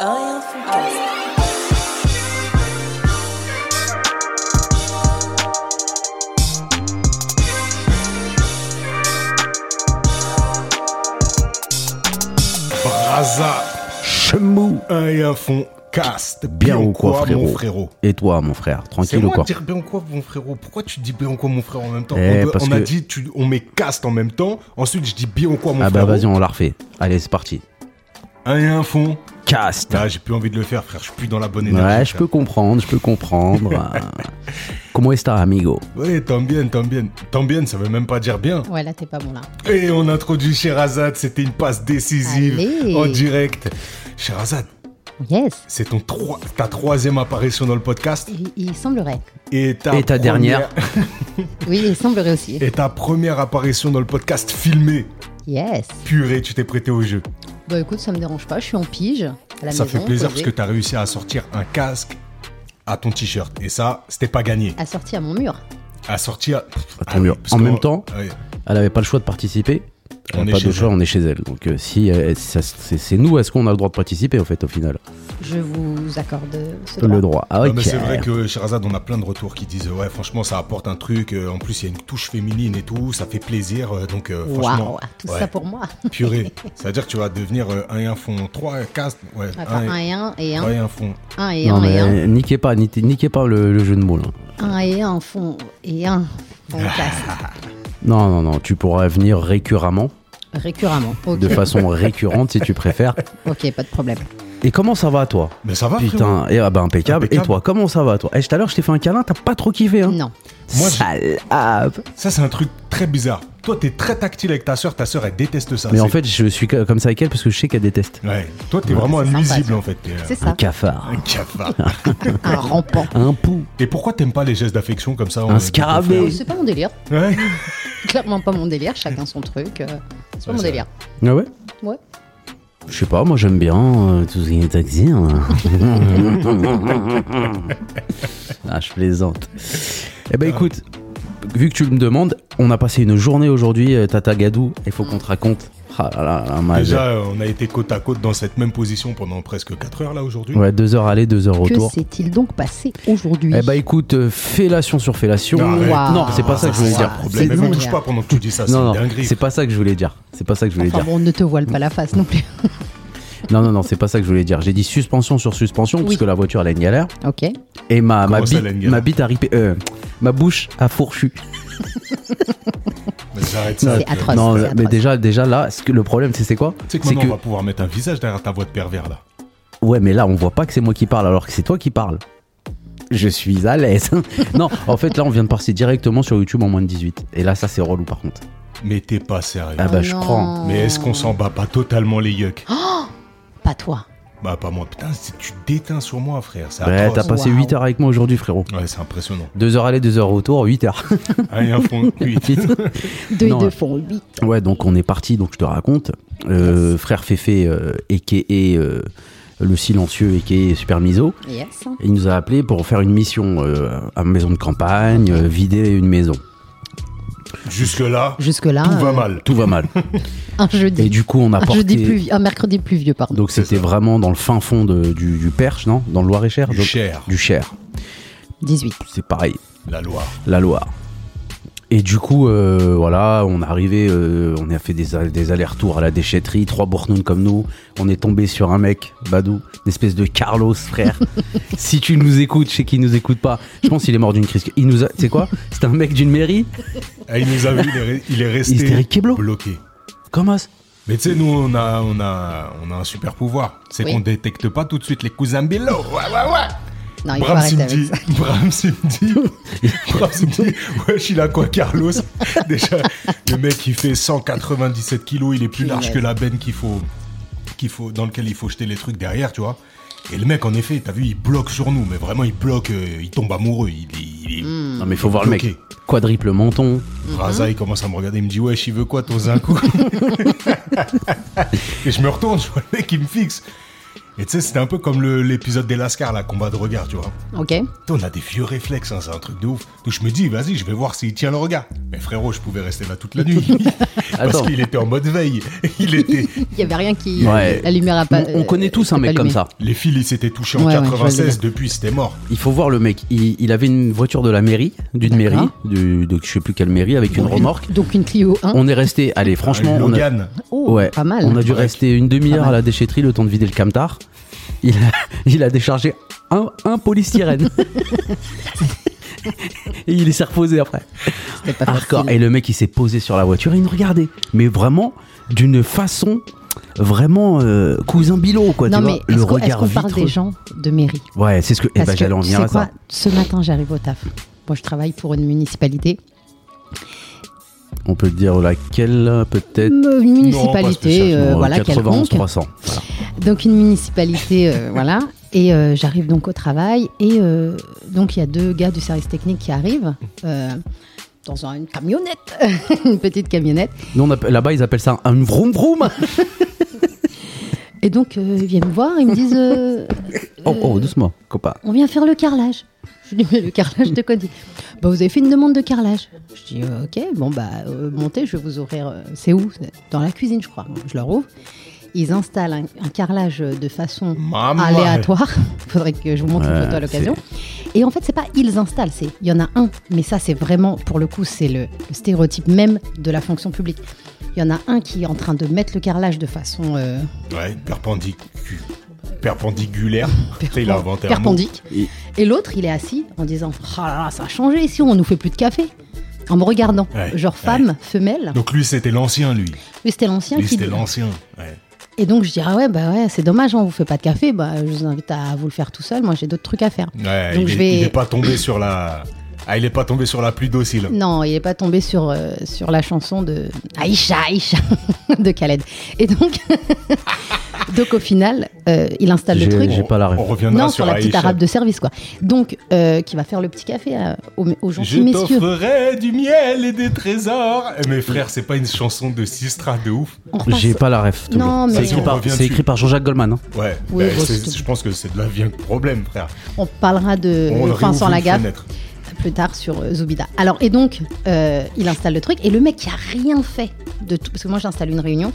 Rien Foodcast. Braza, Chemou, un et un fond, cast. Bien ou quoi, frérot mon frérot Et toi, mon frère, C'est tranquille ou moi quoi de dire bien ou quoi, mon frérot Pourquoi tu dis bien ou quoi, mon frère, en même temps Eh, On, peut- parce on a que- dit, tu- on met cast en même temps. Ensuite, je dis bien ou quoi, mon Ah bah frérot vas-y, on la refait. Allez, c'est parti. Un et un fond. Cast. Là, j'ai plus envie de le faire, frère. Je suis plus dans la bonne énergie. Ouais, je frère. peux comprendre, je peux comprendre. Euh, Comment est-ce amigo Ouais, tant bien, tant bien. Tant bien, ça veut même pas dire bien. Ouais, là, t'es pas bon là. Et on introduit Sherazade. C'était une passe décisive Allez. en direct. Sherazade, Yes. c'est ton trois- ta troisième apparition dans le podcast. Il, il semblerait. Et ta, Et ta dernière. Oui, il semblerait aussi. Et ta première apparition dans le podcast filmé. Yes. Purée, tu t'es prêté au jeu. Bah écoute, ça me dérange pas. Je suis en pige. À la ça maison, fait plaisir parce posée, que t'as réussi à sortir un casque à ton t-shirt. Et ça, c'était pas gagné. Assorti à mon mur. À sortir. Ah, Ah À ton mur. parce En que- même temps, ouais. Elle avait pas le choix de participer. On Elle est n'a pas chez de choix, elle. on est chez elle. Donc euh, si euh, ça- c'est c'est nous, est-ce qu'on a le droit de participer au fait au final Je vous accorde ce droit. Le droit. Ah Non, ok. mais c'est vrai que Sherazade, on a plein de retours qui disent ouais, franchement, ça apporte un truc. Euh, En plus, il y a une touche féminine et tout. Ça fait plaisir. Euh, Donc, euh, franchement. Waouh, tout ouais, ça pour moi. Purée. C'est-à-dire que tu vas devenir euh, un et un fond 3, cast. Ouais, Enfin, un et un et un, ouais, un fond. un et Non un et un, mais niquez pas, niquez, niquez pas le, le jeu de mots là. un et un fond et un fond casse Non non non, tu pourras venir récurremment, récurremment. Ok, de façon récurrente si tu préfères. ok, pas de problème. Et comment ça va toi Mais ça va, frérot. Putain, et, ah bah impeccable. Impeccable. Et toi, comment ça va toi Eh, tout à l'heure, je t'ai fait un câlin, t'as pas trop kiffé hein Non, Moi, j'ai- Ah, Salade. Ça, c'est un truc très bizarre. Toi, t'es très tactile avec ta sœur. Ta sœur, elle déteste ça. Mais en C'est- fait, je suis ca- comme ça avec elle parce que je sais qu'elle déteste. Ouais, toi t'es vraiment un c'est sympa, nuisible ça. en fait. T'es, euh, c'est Un ça. cafard, Un cafard. Un rampant. un pou, Et pourquoi t'aimes pas les gestes d'affection comme ça euh, en- un scarabée. Oh, C'est pas mon délire. Ouais. Clairement pas mon délire. Chacun son truc. euh, C'est pas Ouais, mon c'est délire. Ah ouais Ouais. Je sais pas, moi j'aime bien euh, tout ce qui est taxi. hein. ah, je plaisante. Eh Ah. ben écoute, vu que tu me demandes, on a passé une journée aujourd'hui, euh, Tata Gadou, il faut qu'on te raconte. Ah là là, là, ma- Déjà, euh, on a été côte à côte dans cette même position pendant presque 4 heures là aujourd'hui. Ouais, deux heures aller, deux heures Que retour. s'est-il donc passé aujourd'hui Eh ben écoute, euh, fellation sur fellation. Non, arrête. Waouh. Non, c'est pas ça que je voulais Ah, c'est dire. un C'est- Problème. Mais non, on touche mais- pas pendant que tu dis ça, c'est Non, une non, dinguerie. c'est pas ça que je voulais dire. C'est pas ça que je voulais Enfin dire. bon, ne te voile pas la face non plus. Non, non, non, c'est pas ça que je voulais dire. J'ai dit suspension sur suspension, parce Oui. que la voiture, elle a une galère. ok. Et ma, ma, Comment ça, bite, elle a une galère ma bite a ripé. euh, ma bouche a fourchu. Mais j'arrête ça. Oh, C'est tu- atroce. non, mais atroce. déjà, déjà là, ce que- le problème, c'est c'est quoi Tu sais que C'est maintenant que. on va pouvoir mettre un visage derrière ta voix de pervers là. Ouais, mais là, on voit pas que c'est moi qui parle, alors que c'est toi qui parles. Je suis à l'aise. non, en fait, là, on vient de passer directement sur YouTube en moins de 18. Et là, ça, c'est relou par contre. Mais t'es pas sérieux. Ah bah, je Oh non. prends. Mais est-ce qu'on s'en bat pas totalement les yucks Pas toi. Bah pas moi. Putain, c'est- tu déteins sur moi frère. C'est Ouais, Bah, t'as atroce. passé Waouh. 8 heures avec moi aujourd'hui, frérot. Ouais, c'est impressionnant. Deux heures aller, deux heures retour, 8 heures. Ah, et un fond. Oui. Deux Non, et deux ouais. font huit. Ouais, donc on est parti, donc je te raconte. Euh, Frère Féfé, euh, a.k.a. euh, le silencieux, a.k.a. Super Miso, Yes. il nous a appelé pour faire une mission euh, à une maison de campagne, euh, vider une maison. Jusque là, Jusque-là, tout va euh, mal. Tout va mal. un jeudi. Et du coup, on a un, porté... jeudi pluvieux, un mercredi pluvieux, pardon. Donc c'était vraiment dans le fin fond de- du, du Perche, non Dans le Loir-et-Cher Du donc- Cher. Du Cher, 18. c'est pareil. La Loire. la Loire. Et du coup, euh, voilà, on est arrivé, euh, on a fait des, a- des allers-retours à la déchetterie, trois bournounes comme nous. On est tombé sur un mec, Badou, une espèce de Carlos, frère. si tu nous écoutes, je sais qu'il nous écoute pas. Je pense qu'il est mort d'une crise. Il nous a, tu sais quoi C'était un mec d'une mairie. Ah, il nous a vu, il est, re- il est resté Hystérique Keblo. bloqué. Comment ça Mais tu sais, nous, on a, on, a, on a un super pouvoir. C'est Oui. qu'on détecte pas tout de suite les cousins Bello. Ouais, ouais, ouais. Non, Hein, il faut Brahms, il arrêter me avec dit, ça. Brahms, il me dit, Brahms, il me dit, wesh, il a quoi, Carlos Déjà, le mec, il fait 197 kilos, il est plus large Punaise. que la benne qu'il faut, qu'il faut, dans lequel il faut jeter les trucs derrière, tu vois. Et le mec, en effet, t'as vu, il bloque sur nous, mais vraiment, il bloque, euh, il tombe amoureux, il, est- il est Mm, Non mais il faut voir le mec. bloqué. Quadruple menton. Raza, il commence à me regarder, il me dit ouais, il veut quoi ton zinco Et je me retourne, je vois le mec qui me fixe. Et tu sais, c'était un peu comme le- l'épisode des Lascars, là, combat de regard, tu vois. Ok. Putain, On a des vieux réflexes, hein, c'est un truc de ouf. Donc je me dis, vas-y, je vais voir s'il tient le regard. Mais frérot, je pouvais rester là toute la nuit. Parce Attends. qu'il était en mode veille. Il était... Il y avait rien qui. Ouais. La lumière a pas. On, on connaît tous un euh, mec pas comme allumé. ça. Les fils, ils s'étaient touchés en Ouais, ouais, je vois le 96, délire. depuis c'était mort. Hein, Il faut voir le mec. Il, il avait une voiture de la mairie, d'une D'accord. mairie, du- de je sais plus quelle mairie, avec une Donc remorque. Donc une Clio 1. On est resté, allez, franchement, Un on a, Logan. Oh, ouais, pas mal. on a dû Correct. rester une demi-heure Pas à mal. la déchetterie le temps de vider le camtar. Il a, il a déchargé un, un polystyrène. Et il s'est reposé après. C'était pas Hardcore. facile. Et le mec, il s'est posé sur la voiture et il nous regardait. Mais vraiment, d'une façon vraiment euh, cousin Bilot, quoi. Non tu mais vois, est-ce le qu'on- est-ce regard qu'on parle vitreux. des gens de mairie Ouais, c'est ce que. Eh Parce ben, que, j'allais en tu venir sais à ça. quoi Ce matin, j'arrive au taf. Moi, je travaille pour une municipalité. On peut dire euh, laquelle, peut-être. Une municipalité, spécialement, euh, Bon, voilà, 91 quelconque. 300. Voilà. Donc une municipalité, euh, voilà. Et euh, j'arrive donc au travail. Et euh, donc il y a deux gars du service technique qui arrivent euh, dans un- une camionnette, une petite camionnette. Nous, on appelle- là-bas, ils appellent ça un vroom vroom. Et donc euh, ils viennent me voir, ils me disent, euh, Oh, oh, doucement, copain. on vient faire le carrelage. Je dis, mais le carrelage de quoi Il dit, Bah, vous avez fait une demande de carrelage. Je dis, euh, ok, bon, bah, euh, montez, je vais vous ouvrir. euh, c'est où Dans la cuisine, je crois. Je leur ouvre. Ils installent un, un carrelage de façon Maman. aléatoire. Il faudrait que je vous montre Ouais, une photo à l'occasion. Et en fait, c'est pas ils installent, c'est il y en a un. Mais ça, c'est vraiment, pour le coup, c'est le, le stéréotype même de la fonction publique. Il y en a un qui est en train de mettre le carrelage de façon euh, Ouais, perpendicu- perpendiculaire. Putain, Il a inventé un mot. perpendique. Et- Et l'autre, il est assis en disant Ah là là, ça a changé ici, on nous fait plus de café. En me regardant, Ouais, genre femme, femelle. Donc lui, c'était l'ancien, lui. Lui, c'était l'ancien Lui, qui. c'était l'ancien. Ouais. Et donc, je dis Ah ouais, bah ouais, c'est dommage, on vous fait pas de café. Bah, je vous invite à vous le faire tout seul. Moi, j'ai d'autres trucs à faire. Ouais, Donc il, je est, vais- il est pas tombé sur la. Ah, il est pas tombé sur la plus docile. Non, il n'est pas tombé sur, euh, sur la chanson de Aïcha, Aïcha de Khaled. Et donc, donc au final, euh, il installe le J'ai- truc. j'ai pas la ref. On reviendra Non, sur, sur la petite Aïcha. arabe de service, quoi. Donc, euh, qui va faire le petit café euh, aux, aux gentils Je messieurs. t'offrirai du miel et des trésors. Eh, Mais frère, c'est pas une chanson de Sistra de ouf. On repasse- J'ai pas la ref. toujours. Non, mais- C'est écrit On par, revient c'est dessus. écrit par Jean-Jacques Goldman. hein. Ouais, Oui, bah, bon, c'est- c'est tout. je pense que c'est de là vient le problème, frère. On parlera de On Vincent réouvre une Lagaffe fenêtre. plus tard sur euh, Zoubida. Alors, et donc, euh, il installe le truc, et le mec qui a rien fait de tout, parce que moi j'installe une réunion,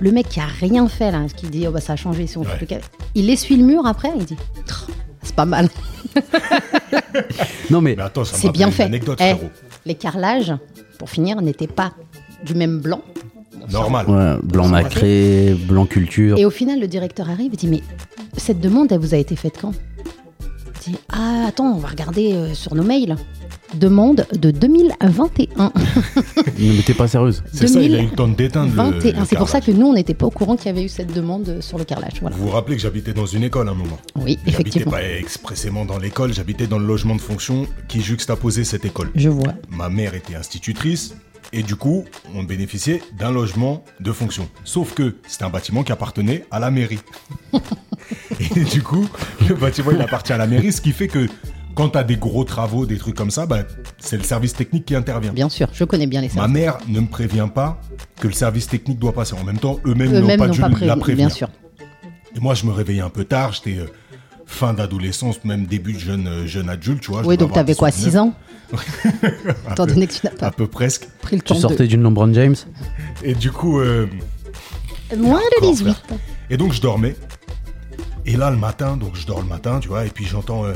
le mec qui a rien fait là, qui dit oh bah ça a changé si on Ouais. fait le café, il essuie le mur après, il dit Tr, c'est pas mal, Non, mais Mais attends, ça me c'est rappelle bien une fait. anecdote, Eh, frérot. les carrelages, pour finir, n'étaient pas du même blanc. Eh, Normal. Ouais, blanc nacré, blanc culture. Et au final, le directeur arrive et dit Mais cette demande, elle vous a été faite quand Il dit Ah, attends, on va regarder euh, sur nos mails. Demande de 2021. Ne mais t'es pas sérieuse. C'est ça, il a eu le temps de déteindre. le- 21. le C'est pour ça carrelage. que nous, on n'était pas au courant qu'il y avait eu cette demande euh, sur le carrelage. Voilà. Vous vous rappelez que j'habitais dans une école à un moment Oui, J'habitais effectivement. pas expressément dans l'école, j'habitais dans le logement de fonction qui juxtaposait cette école. Je vois. Ma mère était institutrice et du coup, on bénéficiait d'un logement de fonction. Sauf que c'était un bâtiment qui appartenait à la mairie. et du coup, le bâtiment il appartient à la mairie, ce qui fait que quand t'as des gros travaux, des trucs comme ça, bah, c'est le service technique qui intervient. Bien sûr, je connais bien les Ma services. mère ne me prévient pas que le service technique doit passer. En même temps, eux-mêmes n'ont Eux-mêmes pas n'ont dû pas la prévu, prévenir. bien sûr. Et moi, je me réveillais un peu tard, j'étais euh, fin d'adolescence, même début de jeune, euh, jeune adulte, tu vois. Oui, donc t'avais quoi, 6 ans peu. Étant donné que tu n'as À pas peu presque. pris le temps Tu sortais de... d'une Lambron James Et du coup, euh, Moins de Encore, 18. et donc je dormais. Et là, le matin, donc je dors le matin, tu vois, et puis j'entends euh,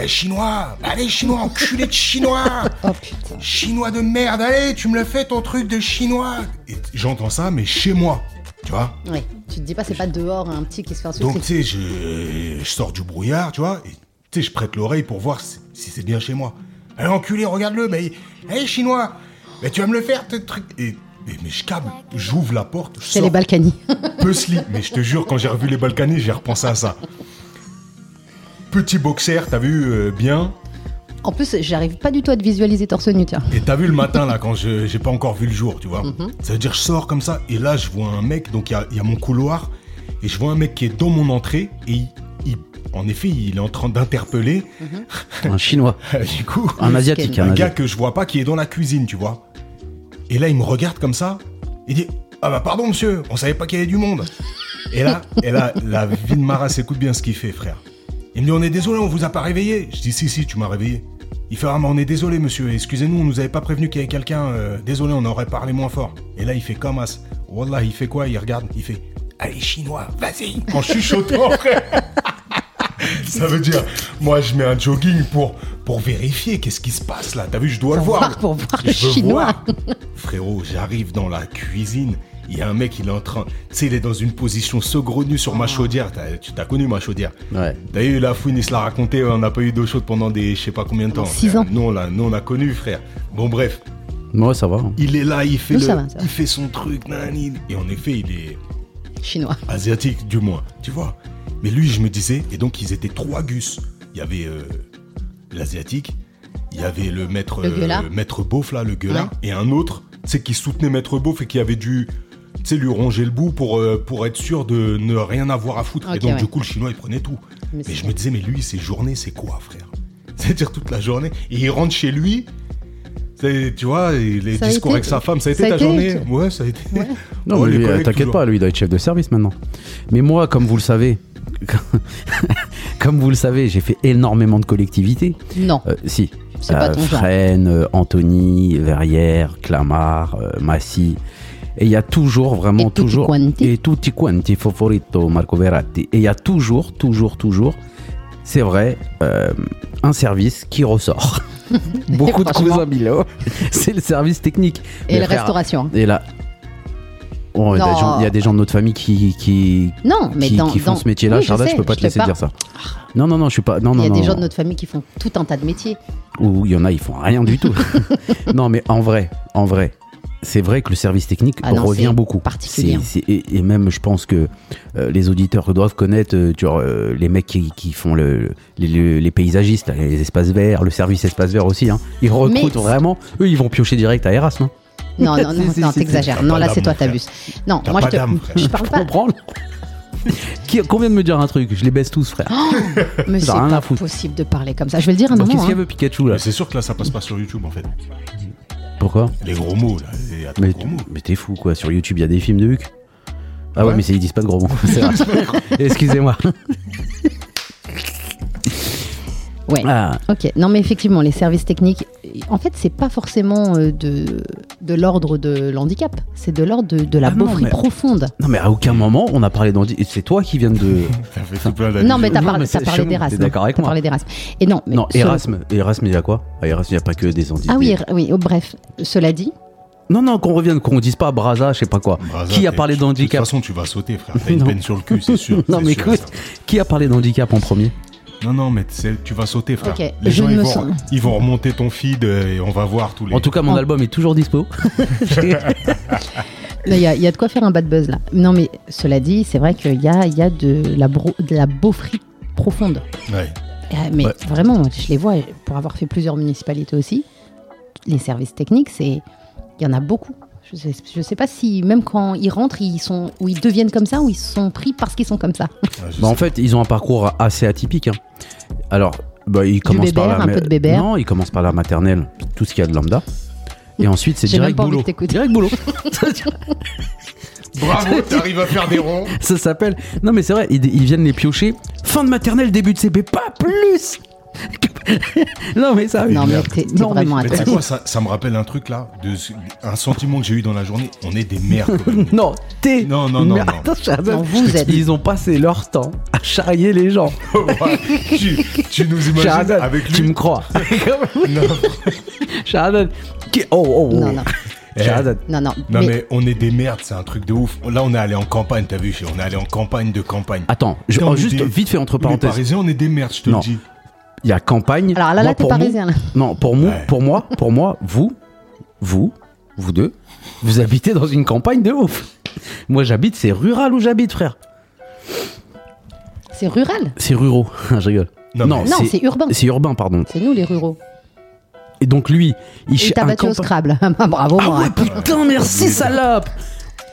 Eh, Chinois Allez, Chinois, enculé de Chinois Oh putain. Chinois de merde, allez, tu me le fais ton truc de Chinois Et j'entends ça, mais chez moi, tu vois. Ouais. Tu te dis pas, c'est pas dehors un petit qui se fait un Donc, souci. tu sais, je, je sors du brouillard, tu vois, et tu sais, je prête l'oreille pour voir si, si c'est bien chez moi. Allez, enculé, regarde-le, mais. Hé, chinois Mais tu vas me le faire, ce truc Et, et- mais je câble, j'ouvre la porte, je C'est sors les Balkany. Pusley. Mais je te jure, quand j'ai revu les Balkany, j'ai repensé à ça. Petit boxer, t'as vu, euh, bien. En plus, j'arrive pas du tout à te visualiser torse nu, tiens. Et t'as vu le matin, là, quand je j'ai pas encore vu le jour, tu vois. Ça veut dire, je sors comme ça, et là, je vois un mec, donc il y a- il y, a mon couloir, et je vois un mec qui est dans mon entrée, et il- il- en effet, il est en train d'interpeller, Un chinois. du coup, Un asiatique. un Un gars asiatique. que je vois pas qui est dans la cuisine, tu vois. Et là, il me regarde comme ça, il dit Ah bah, pardon, monsieur, on savait pas qu'il y avait du monde. Et là, et là la vie de Maras, écoute bien ce qu'il fait, frère. Il me dit On est désolé, on vous a pas réveillé. Je dis Si, si, tu m'as réveillé. Il fait Ah, mais on est désolé, monsieur, excusez-nous, on nous avait pas prévenu qu'il y avait quelqu'un, euh, désolé, on aurait parlé moins fort. Et là, il fait comme as. Wallah, il fait quoi Il regarde, il fait Allez, chinois, vas-y En chuchotant, frère Ça veut dire, moi, je mets un jogging pour, pour vérifier qu'est-ce qui se passe là. T'as vu, je dois le Pour voir. voir, pour voir Je le veux chinois. voir. Frérot, j'arrive dans la cuisine. Il y a un mec, il est en train. Tu sais, il est dans une position saugrenue sur Ah. ma chaudière. T'as- Tu t'as connu ma chaudière. Ouais. D'ailleurs, la fouine, il se l'a raconté, on n'a pas eu d'eau chaude pendant des, je sais pas combien de temps. Six frère. ans. Nous, on l'a, nous, on a connu, frère. Bon, bref, Ouais, ça va. hein. il est là, il fait, Nous, le- ça va, ça va. il fait son truc, nanani. Et en effet, il est Chinois. asiatique, du moins, tu vois. Mais lui, je me disais, et donc, ils étaient trois gus. Il y avait euh, l'asiatique, il y avait le maître, euh, Le gueulard. maître beauf, là, le gueulard, Ouais. et un autre, tu sais, qui soutenait maître beauf et qui avait dû. Tu sais, lui ronger le bout pour, euh, pour être sûr de ne rien avoir à foutre. et Ok, donc, ouais. du coup, le chinois, il prenait tout. Mais Mais c'est- je me disais, mais lui, ses journées, c'est quoi, frère C'est-à-dire toute la journée. Et il rentre chez lui. c'est- Tu vois, et les Ça a discours été- avec sa femme, ça a été ça a ta été- journée Ouais, ça a été. Non, Oh, mais les lui, euh, collègues, t'inquiète toujours. pas, lui, il doit être chef de service maintenant. Mais moi, comme vous le savez, comme vous le savez, j'ai fait énormément de collectivités. Non. Euh, si. C'est pas ton genre. Fresnes, euh, Antony, Verrières, Clamart, euh, Massy. Et il y a toujours, vraiment Et tutti toujours. quanti. Et tutti quanti, Foforito, Marco Verratti. Et il y a toujours, toujours, toujours, c'est vrai, euh, un service qui ressort. Beaucoup de Franchement. cousins Bilao. C'est le service technique. Et Mais la frère, restauration. hein. Et là. Oh, il y a des Non. gens- il y a des gens de notre famille qui, qui, Non, mais qui, dans, qui font dans- ce métier-là. Oui, je Charda, je, sais, peux pas te laisser parle. dire ça. Non, non, non, je suis pas. Non, Il y non, a non. des gens de notre famille qui font tout un tas de métiers. Ou il y en a, ils font rien du tout. non, mais en vrai, en vrai, c'est vrai que le service technique Ah non, revient c'est beaucoup. particulier. C'est- c'est- et, et même, je pense que euh, les auditeurs doivent connaître euh, tu vois, euh, les mecs qui, qui font le, les, le- les paysagistes, là, les espaces verts, le service espace vert aussi. hein. Ils recrutent c'est- vraiment. Eux, ils vont piocher direct à Erasme. hein. Non, non, Si, non, si, non, si, t'exagères. si. Non, T'as là, pas c'est toi, d'âme, mon t'abuses. Non, T'as moi, pas je te. d'âme, frère. Je Je parle pas. comprends. Qu'on vient de me dire un truc, je les baisse tous, frère. Oh, Mais c'est T'as rien à pas foutre. possible de parler comme ça. Je vais le dire un Bon, moment. Qu'est-ce hein. qu'elle veut Pikachu là Mais Bah, c'est sûr que là, ça passe pas sur YouTube, en fait. Pourquoi Les gros mots, là. les- attends, Mais, gros mots. mais t'es fou quoi, sur YouTube il y a des films de Huck. Ah ouais, Ouais. mais c'est- ils disent pas de gros mots. c'est vrai. Excusez-moi. hein. Ouais. Ah, Ok, non mais effectivement, les services techniques, en fait, c'est pas forcément euh, de, de l'ordre de l'handicap, c'est de l'ordre de, de la Ah non, beaufrie mais- profonde. non mais à aucun moment on a parlé d'Andy. et C'est toi qui viens de. Ça fait tout plein d'années. Non mais t'as non, parlé, mais t'as c'est parlé chelou, d'Erasme. t'es d'accord avec T'as moi. parlé d'Erasme. Et non, mais non, ce- Erasme. Erasme il y a quoi À Erasme il y a pas que des handicapés. Ah oui, er- oui. oh, bref. Cela dit, Non, non, qu'on revienne, qu'on dise pas Braza, je sais pas quoi. Braza, qui a t'es- parlé tu- De d'handicap toute façon, tu vas sauter, frère. T'as une Non. peine sur le cul, c'est sûr. Non c'est mais sûr, écoute, ça. qui a parlé d'handicap en premier Non, non, mais tu sais, tu vas sauter, frère. Ok, Les je gens, ne ils me vont, sens- ils vont remonter ton feed euh, et on va voir tous les. En tout cas mon En- album est toujours dispo. là, il y, a- il y a de quoi faire un bad buzz là. Non mais cela dit, c'est vrai qu'il y a, il y a de la, bro- de la beaufrie profonde. Ouais. Euh, Mais Ouais. vraiment, moi, je les vois, pour avoir fait plusieurs municipalités aussi, les services techniques, c'est il y en a beaucoup. Je sais, je sais pas si, même quand ils rentrent, ils sont, ou ils deviennent comme ça, ou ils sont pris parce qu'ils sont comme ça. Ouais, Ah, je Bah, en sais. fait, ils ont un parcours assez atypique. hein. Alors, bah, ils commencent par bébert, la un peu de bébert. Non, ils commencent par la maternelle, tout ce qu'il y a de lambda. Et ensuite, c'est J'ai même direct pas envie boulot. de t'écouter. Direct boulot. Bravo, t'arrives à faire des ronds. Ça s'appelle. Non, mais c'est vrai, ils, ils viennent les piocher. Fin de maternelle, début de CP, pas plus. non, mais ça. non, mais merde. t'es t'es Non, mais- vraiment Mais tu sais attaqué. quoi, ça, ça me rappelle un truc là, de, ce- un sentiment que j'ai eu dans la journée. On est des merdes. quand même. Non, t'es. Non, non, non, Mais non. attends, Chardin, Non, vous êtes- Ils ont passé leur temps à charrier les gens. Ouais, tu, tu nous imagines Chardin, avec lui. tu me crois. Non, Chardon. qui- Oh, oh, oh. Non, non. Chardon. Non, non, non, mais, mais... on est des merdes, c'est un truc de ouf. Là, on est allé en campagne, t'as vu, on est allé en campagne de campagne. Attends, je- Putain, on oh, est juste des- vite fait entre Nous, les parenthèses. Parisiens, on est des merdes, je te Non. le dis. Il y a campagne. Alors là, là, Moi, t'es pour parisien, là. Moi, non, pour moi, Ouais. pour moi, pour moi, vous, vous, vous deux, vous habitez dans une campagne de ouf. Moi, j'habite, c'est rural où j'habite, frère. c'est rural. C'est ruraux. je rigole. Non, mais- Non, c'est urbain. C'est urbain, pardon. C'est nous les ruraux. Et donc lui, il Et ch- t'as un battu au campa- Scrabble. Bah, Bravo, Ah moi. ouais, putain, merci, salope.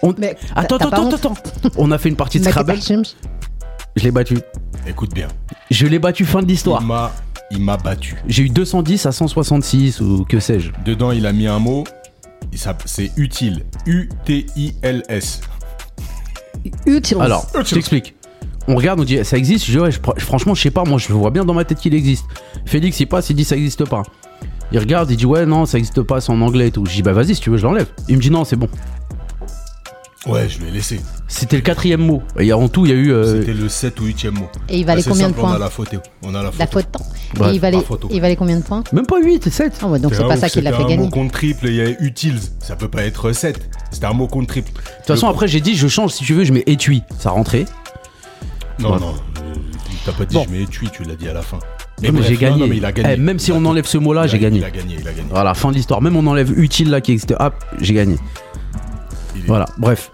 On- Mais Attends, t'as- t'as attends, pas Bah, attends, attends. On a fait une partie de Maquette Scrabble. Archims. Je l'ai battu. Écoute bien. Je l'ai battu. Fin de l'histoire. Il m'a, il m'a battu. J'ai eu 210 à 166 ou que sais-je. Dedans, il a mis un mot. il s'app- C'est utile. U-T-I-L-S. Utiles. Alors, Euh, je t'explique. On regarde, on dit ça existe. Je dis, ouais, je pr- franchement, je sais pas. Moi, je vois bien dans ma tête qu'il existe. Félix, il passe, il dit ça existe pas. Il regarde, il dit ouais, non, ça existe pas, c'est en anglais et tout. Je dis bah vas-y, si tu veux, je l'enlève. Il me dit non, c'est bon. Ouais, je l'ai laissé. C'était le quatrième mot. Et en tout, il y a eu. euh, C'était le 7 ou 8ème mot. Et il valait Assez combien de simple, On a points la photo. On a la photo. La faute temps. Bref, et il valait, la photo. il valait combien de points Même pas 8, 7. Ah ouais, donc c'est un pas ouf, ça qui l'a c'était fait un gagner. mot contre triple et il y a utiles. Ça peut pas être 7. C'était un mot contre triple. De toute façon, après, j'ai dit je change si tu veux, je mets étui. Ça rentrait. Non, Ouais. non. euh, T'as pas dit Bon. je mets étui, tu l'as dit à la fin. Non, mais bref, j'ai non, gagné. non, mais il a gagné. Eh, même si Il a- on enlève ce mot-là, il a- j'ai gagné. Il a gagné, il a gagné. Voilà, fin de l'histoire. Même on enlève utile là qui existait. Hop, j'ai gagné. Il est- Voilà, bref.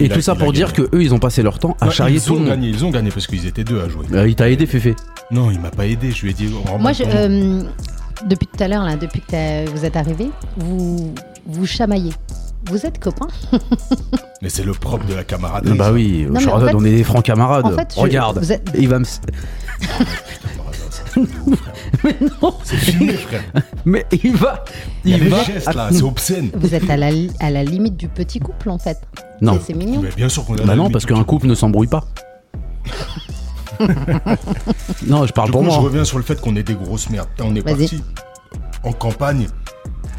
Et Il a- tout ça il a pour dire que gagné. eux, ils ont passé leur temps à Non, charrier ils tout ont le monde. gagné, ils ont gagné parce qu'ils étaient deux à jouer. Euh, il t'a aidé, Féfé. Non, il m'a pas aidé. Je lui ai dit. oh, remonte Moi, je, ton nom. euh, depuis tout à l'heure, là, depuis que t'as- vous êtes arrivés, vous vous chamaillez. Vous êtes copains Mais c'est le propre de la camarade. Euh, Bah oui, au mais en Charadot, fait- on est des francs camarades. en fait, je- Regarde, vous êtes- il va me. s- Mais non C'est filmé, frère. Mais il va Il y a Il des va gestes là, c'est obscène. Vous êtes à la, li- à la limite du petit couple, en fait. Non. C'est- C'est mignon. Mais bien sûr qu'on a. Bah la non, limite. parce qu'un couple ne s'embrouille pas. non, Ah, je parle Du pour coup, je moi. hein. reviens sur le fait qu'on est des grosses merdes. Putain, on est hein. Vas-y. parti en campagne.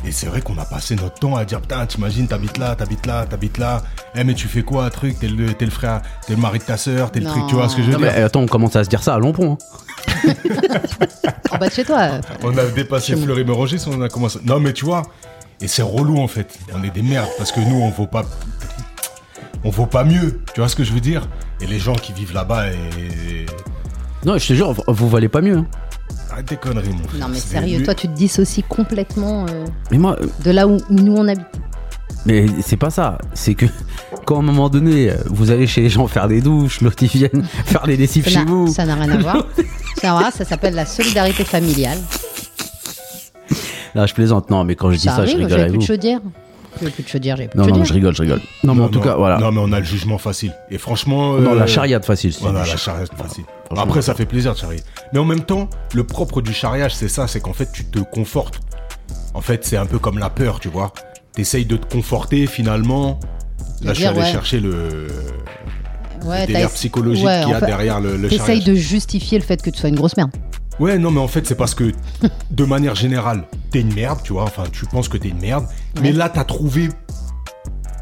Et c'est vrai qu'on a passé notre temps à dire Putain, t'imagines, t'habites là, t'habites là, t'habites là. Eh, mais tu fais quoi, truc T'es le, t'es le frère, t'es le mari de ta sœur, t'es le Non. truc, tu vois ce que je veux Non, mais dire attends, on commence à se dire ça à Longpont. hein. En bas de chez Ah, toi. euh, On a dépassé Fleury Mérogis, on a commencé. Non, mais tu vois, et c'est relou en fait. On est des merdes parce que nous, on vaut pas. On vaut pas mieux, tu vois ce que je veux dire Et les gens qui vivent là-bas, et... Non, je te jure, vous- vous valez pas mieux. hein. arrête tes conneries, mon frère. Non, mais C'est- sérieux, lui- toi, tu te dissocies complètement euh, Mais moi, euh, de là où, où nous on habite. mais c'est pas ça. C'est que quand à un moment donné, euh, vous allez chez les gens faire des douches, l'autre ils viennent faire les lessives Ça chez n'a- vous. Ça n'a rien à voir. Ça, n'a rien à voir, ça s'appelle la solidarité familiale. Non, je plaisante. Non, mais quand je dis ça, Ça je arrive, rigole j'avais avec plus de vous. chaudière. J'avais plus de chaudière, j'avais plus de Non, non, chaudière. je rigole, je rigole. Non, mais en Non, tout non. cas, voilà. Non, mais on a le jugement facile. Et franchement. Non, euh, la chariade facile. c'est Voilà, du la char- charriade facile. franchement. Après, ça fait plaisir de charrier. Mais en même temps, le propre du charriage, c'est ça, c'est qu'en fait, tu te confortes. En fait, c'est un peu comme la peur, tu vois. T'essayes de te conforter, finalement. Là, je suis dire, allé ouais. chercher le ouais, délire t'as- psychologique ouais, qu'il y en a fait, derrière le, le T'essayes charriage. de justifier le fait que tu sois une grosse merde. Ouais, non, mais en fait, c'est parce que, de manière générale, t'es une merde, tu vois. Enfin, tu penses que t'es une merde. Mais Ouais. là, t'as trouvé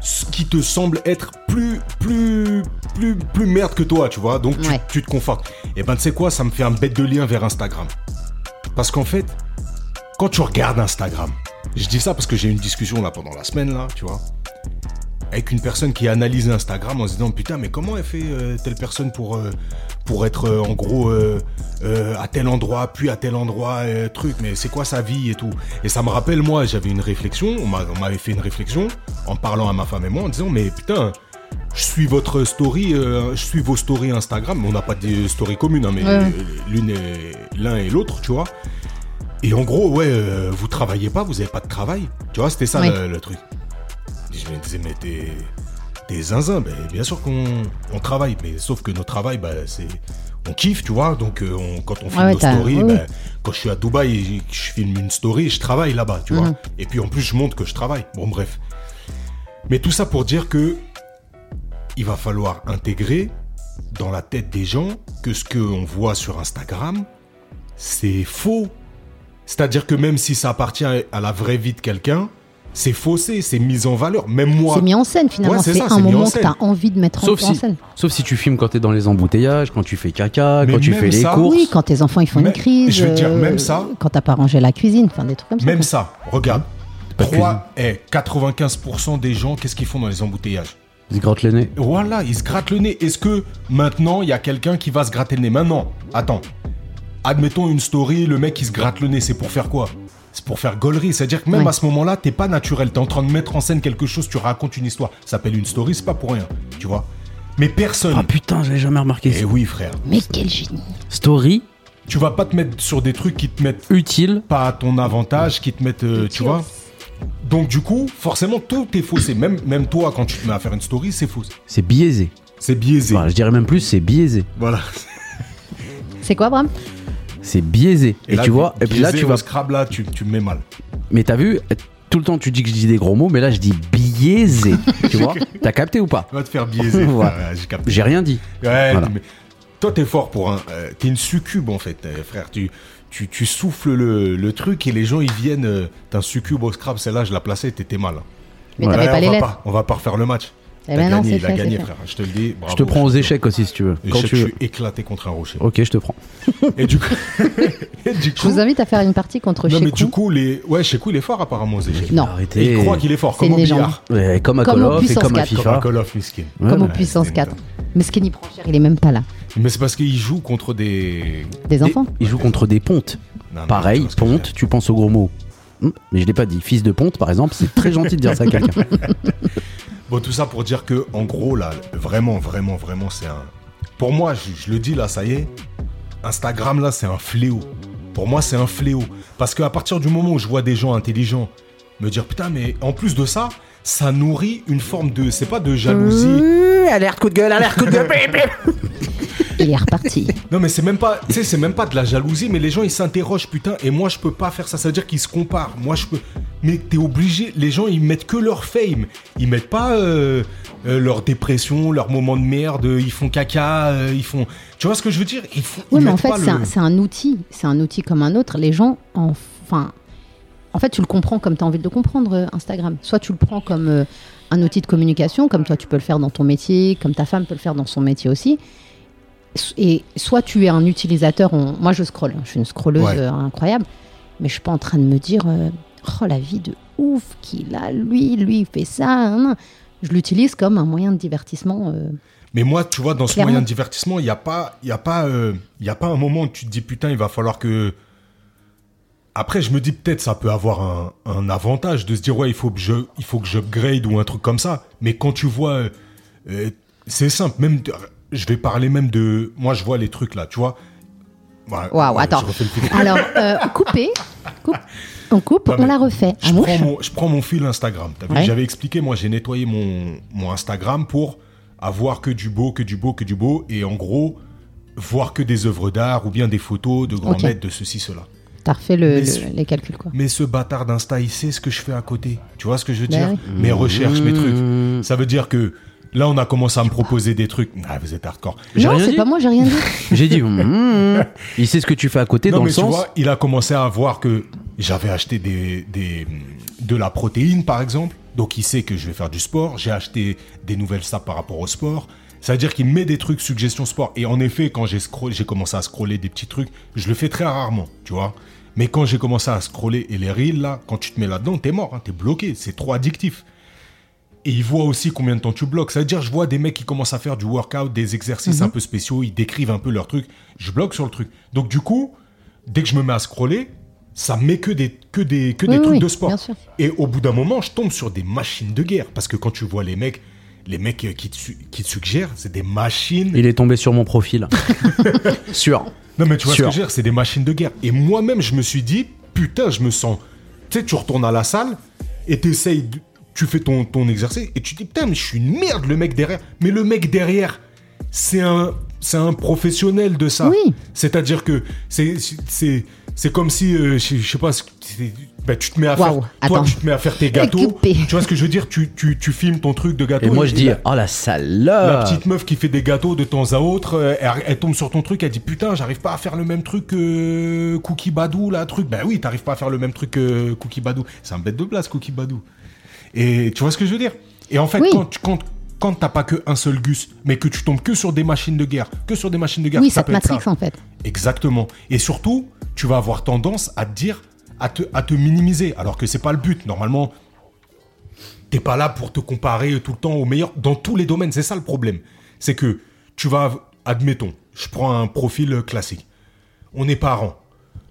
ce qui te semble être plus, plus, plus, plus merde que toi, tu vois. Donc, tu, Ouais. tu te confortes. Et ben, tu sais quoi, ça me fait un bête de lien vers Instagram. Parce qu'en fait, quand tu regardes Instagram, je dis ça parce que j'ai eu une discussion là pendant la semaine, là, tu vois. Avec une personne qui analyse Instagram en se disant putain mais comment elle fait euh, telle personne pour euh, pour être euh, en gros euh, euh, à tel endroit puis à tel endroit euh, truc mais c'est quoi sa vie et tout et ça me rappelle moi j'avais une réflexion on m'a- on m'avait fait une réflexion en parlant à ma femme et moi en disant mais putain je suis votre story euh, je suis vos stories Instagram on n'a pas de story commune hein, mais Ouais. l'une et- l'un et l'autre tu vois et en gros, ouais, euh, vous travaillez pas, vous avez pas de travail. Tu vois, c'était ça Oui. le, le truc. Et je me disais, mais t'es, t'es zinzin, ben, bien sûr qu'on on travaille, mais sauf que notre travail, bah, c'est. On kiffe, tu vois, donc euh, on- quand on filme Ah ouais, nos t'as- stories, oui, ben, quand je suis à Dubaï et que je filme une story, je travaille là-bas, tu vois. Mhm. Et puis en plus, je montre que je travaille. Bon, bref. Mais tout ça pour dire que il va falloir intégrer dans la tête des gens que ce qu'on voit sur Instagram, c'est faux. C'est-à-dire que même si ça appartient à la vraie vie de quelqu'un, c'est faussé, c'est mis en valeur. Même moi, C'est mis en scène finalement. Ouais, c'est c'est ça, un c'est mis en moment que scène. t'as envie de mettre en- Sauf en si, scène. sauf si tu filmes quand t'es dans les embouteillages, quand tu fais caca, Mais quand tu même fais les ça- courses. Oui, quand tes enfants ils font Mais- une crise. euh, je veux dire, même ça- Quand t'as pas rangé la cuisine, enfin des trucs comme ça. même ça, regarde. Pas de 3 et 95% des gens, qu'est-ce qu'ils font dans les embouteillages Ils se grattent le nez. Voilà, ils se grattent le nez. Est-ce que maintenant, il y a quelqu'un qui va se gratter le nez Maintenant, attends. Admettons une story, le mec il se gratte le nez, c'est pour faire quoi C'est pour faire gaulerie. C'est-à-dire que même Ouais. à ce moment-là, t'es pas naturel. T'es en train de mettre en scène quelque chose, tu racontes une histoire. Ça s'appelle une story, c'est pas pour rien, tu vois. Mais personne. Ah putain, j'avais jamais remarqué Eh ça. oui, frère. Mais quel génie. Story Tu vas pas te mettre sur des trucs qui te mettent utile. pas à ton avantage, qui te mettent, euh, tu vois. Donc du coup, forcément, tout est faussé. Même, même toi, quand tu te mets à faire une story, c'est faux. C'est biaisé. C'est biaisé. Enfin, je dirais même plus, c'est biaisé. Voilà. C'est quoi, Bram C'est biaisé. Et, là, tu vois, et puis là, biaisé tu au vas. Scrabble, là, tu, tu me mets mal. Mais t'as vu, eh, tout le temps tu dis que je dis des gros mots, mais là je dis biaisé. tu vois T'as capté ou pas Tu vas te faire biaiser. Ouais. Ah, J'ai capté. J'ai rien dit. Ouais, Voilà. mais toi, t'es fort pour un. euh, t'es une succube, en fait, euh, frère. Tu, tu, tu souffles le, le truc et les gens, ils viennent. euh, t'es un succube au scrap, celle-là, je la plaçais, t'étais mal. Mais Ouais. Ah, Ouais, t'avais pas on, les va lettres. pas, on va pas refaire le match. Eh Il ben a non, gagné, c'est il a fait, gagné, c'est fait. frère. Ah Je te le dis. Je te prends aux échecs aussi si tu veux. Quand tu je veux. suis éclaté contre un rocher. Ok, je te prends. Et du coup. et du Je coup vous invite à faire une partie contre non, mais Shekou. du coup, les... ouais, Shekou, il est fort apparemment aux échecs. Non, Arrêtez. Et il croit qu'il est fort, C'est comme au une légende. billard. Ouais, comme à Comme Call au of et puissance comme à quatre. Comme un FIFA. Call of, miskin. Ouais, comme ouais. aux puissance c'est 4. Mais ce Kenny Franchère, il est même pas là. Mais c'est parce qu'il joue contre des. Des enfants. Il joue contre des pontes. Non, non, Pareil, tu vois ce que je veux ponte, tu penses au gros mot. Hum, Mais je l'ai pas dit. Fils de ponte, par exemple, c'est très gentil de dire ça à quelqu'un. Bon, tout ça pour dire que, en gros, là, vraiment, vraiment, vraiment, c'est un. Pour moi, je, je le dis là, ça y est, Instagram, là, c'est un fléau. Pour moi, c'est un fléau. Parce qu'à partir du moment où je vois des gens intelligents me dire putain, mais en plus de ça, ça nourrit une forme de. C'est pas de jalousie. Euh, alerte coup de gueule, alerte coup de gueule. Il est reparti. Non, mais c'est même pas. Tu sais, c'est même pas de la jalousie, mais les gens, ils s'interrogent putain, et moi, je peux pas faire ça. Ça veut dire qu'ils se comparent. Moi, je peux. Mais t'es obligé. Les gens, ils mettent que leur fame. Ils mettent pas euh, euh, leur dépression, leur moment de merde. euh, Ils font caca. euh, ils font. Tu vois ce que je veux dire Ils font. Oui, ils mais en mettent fait, pas c'est le- un, c'est un outil. C'est un outil comme un autre. Les gens, en- enfin. En fait, tu le comprends comme tu as envie de le comprendre, euh, Instagram. Soit tu le prends comme euh, un outil de communication, comme toi, tu peux le faire dans ton métier, comme ta femme peut le faire dans son métier aussi. S- Et soit tu es un utilisateur. on- Moi, je scrolle. hein, Je suis une scrolleuse Ouais. euh, incroyable. Mais je suis pas en train de me dire euh, Oh, la vie de ouf qu'il a, lui, lui, il fait ça. nan, nan. Je l'utilise comme un moyen de divertissement. euh, Mais moi, tu vois, dans ce Clairement. moyen de divertissement, il n'y a pas, il y a pas, euh, il y a pas un moment où tu te dis putain, il va falloir que. Après, je me dis peut-être ça peut avoir un, un avantage de se dire ouais, il faut que je, il faut que j'upgrade ou un truc comme ça. Mais quand tu vois, euh, euh, c'est simple. Même, de- je vais parler même de, moi, je vois les trucs là, tu vois. Ouais, Waouh, ouais, attends. je refais le fil. Alors, euh, couper. Coupe. On coupe, Non, on mais la refait. Je Ah, prends, mouche mon, je prends mon fil Instagram. T'as vu, Ouais. J'avais expliqué, moi j'ai nettoyé mon, mon Instagram pour avoir que du beau, que du beau, que du beau, et en gros, voir que des œuvres d'art ou bien des photos de grands Ok. maîtres, de ceci, cela. T'as refait le- Mais le- c'est- les calculs, quoi. Mais ce bâtard d'Insta, il sait ce que je fais à côté. Tu vois ce que je veux Bah dire Mes recherches, mes Mmh. trucs. Ça veut dire que là, on a commencé à me proposer des trucs. Ah, vous êtes hardcore. J'ai Non, rien c'est dit. pas moi, j'ai rien dit. J'ai dit, hum, il sait ce que tu fais à côté Non, dans mais le tu sens. vois, il a commencé à voir que j'avais acheté des, des, de la protéine, par exemple. Donc, il sait que je vais faire du sport. J'ai acheté des nouvelles sapes par rapport au sport. C'est-à-dire qu'il met des trucs, suggestions sport. Et en effet, quand j'ai scroll- j'ai commencé à scroller des petits trucs, je le fais très rarement, tu vois. Mais quand j'ai commencé à scroller et les reels, là, quand tu te mets là-dedans, t'es mort, hein, t'es bloqué. C'est trop addictif. Et il voit aussi combien de temps tu bloques. C'est-à-dire, je vois des mecs qui commencent à faire du workout, des exercices un Mhm. peu spéciaux, ils décrivent un peu leur truc. Je bloque sur le truc. Donc, du coup, dès que je me mets à scroller, ça me met que des, que des, que Oui, des oui, trucs de oui, sport. bien sûr. Et au bout d'un moment, je tombe sur des machines de guerre. Parce que quand tu vois les mecs, les mecs euh, qui te, su- qui te suggèrent, c'est des machines. Il est tombé sur mon profil. Sûr. Non, mais tu vois Sûr. ce que je veux dire, c'est des machines de guerre. Et moi-même, je me suis dit, putain, je me sens. Tu sais, tu retournes à la salle et t'essayes, de- tu fais ton, ton exercice et tu te dis, putain, mais je suis une merde, le mec derrière. Mais le mec derrière, c'est un, c'est un professionnel de ça. Oui. C'est-à-dire que c'est, c'est, c'est comme si, euh, je, je sais pas, c'est- c'est- bah, tu te mets à faire, Waouh, toi, attends. tu te mets à faire tes gâteaux. Coupé. Tu vois ce que je veux dire tu, tu, tu filmes ton truc de gâteau. Et moi, je dis, la- oh la la Ah. salope. petite meuf qui fait des gâteaux de temps à autre, euh, elle, elle tombe sur ton truc, elle dit putain, j'arrive pas à faire le même truc que Cookie Badou, là, truc. Ben oui, t'arrives pas à faire le même truc que Cookie Badou. C'est un bête de place, Cookie Badou. Et tu vois ce que je veux dire Et en fait, Oui. quand tu quand, quand t'as pas que un seul Gus, mais que tu tombes que sur des machines de guerre, que sur des machines de guerre, Oui, ça cette peut être matrix, ça. en fait. Exactement. Et surtout, tu vas avoir tendance à te dire, à te, à te minimiser, alors que c'est pas le but. Normalement, t'es pas là pour te comparer tout le temps au meilleur dans tous les domaines. C'est ça le problème. C'est que tu vas, admettons, je prends un profil classique. On est parents.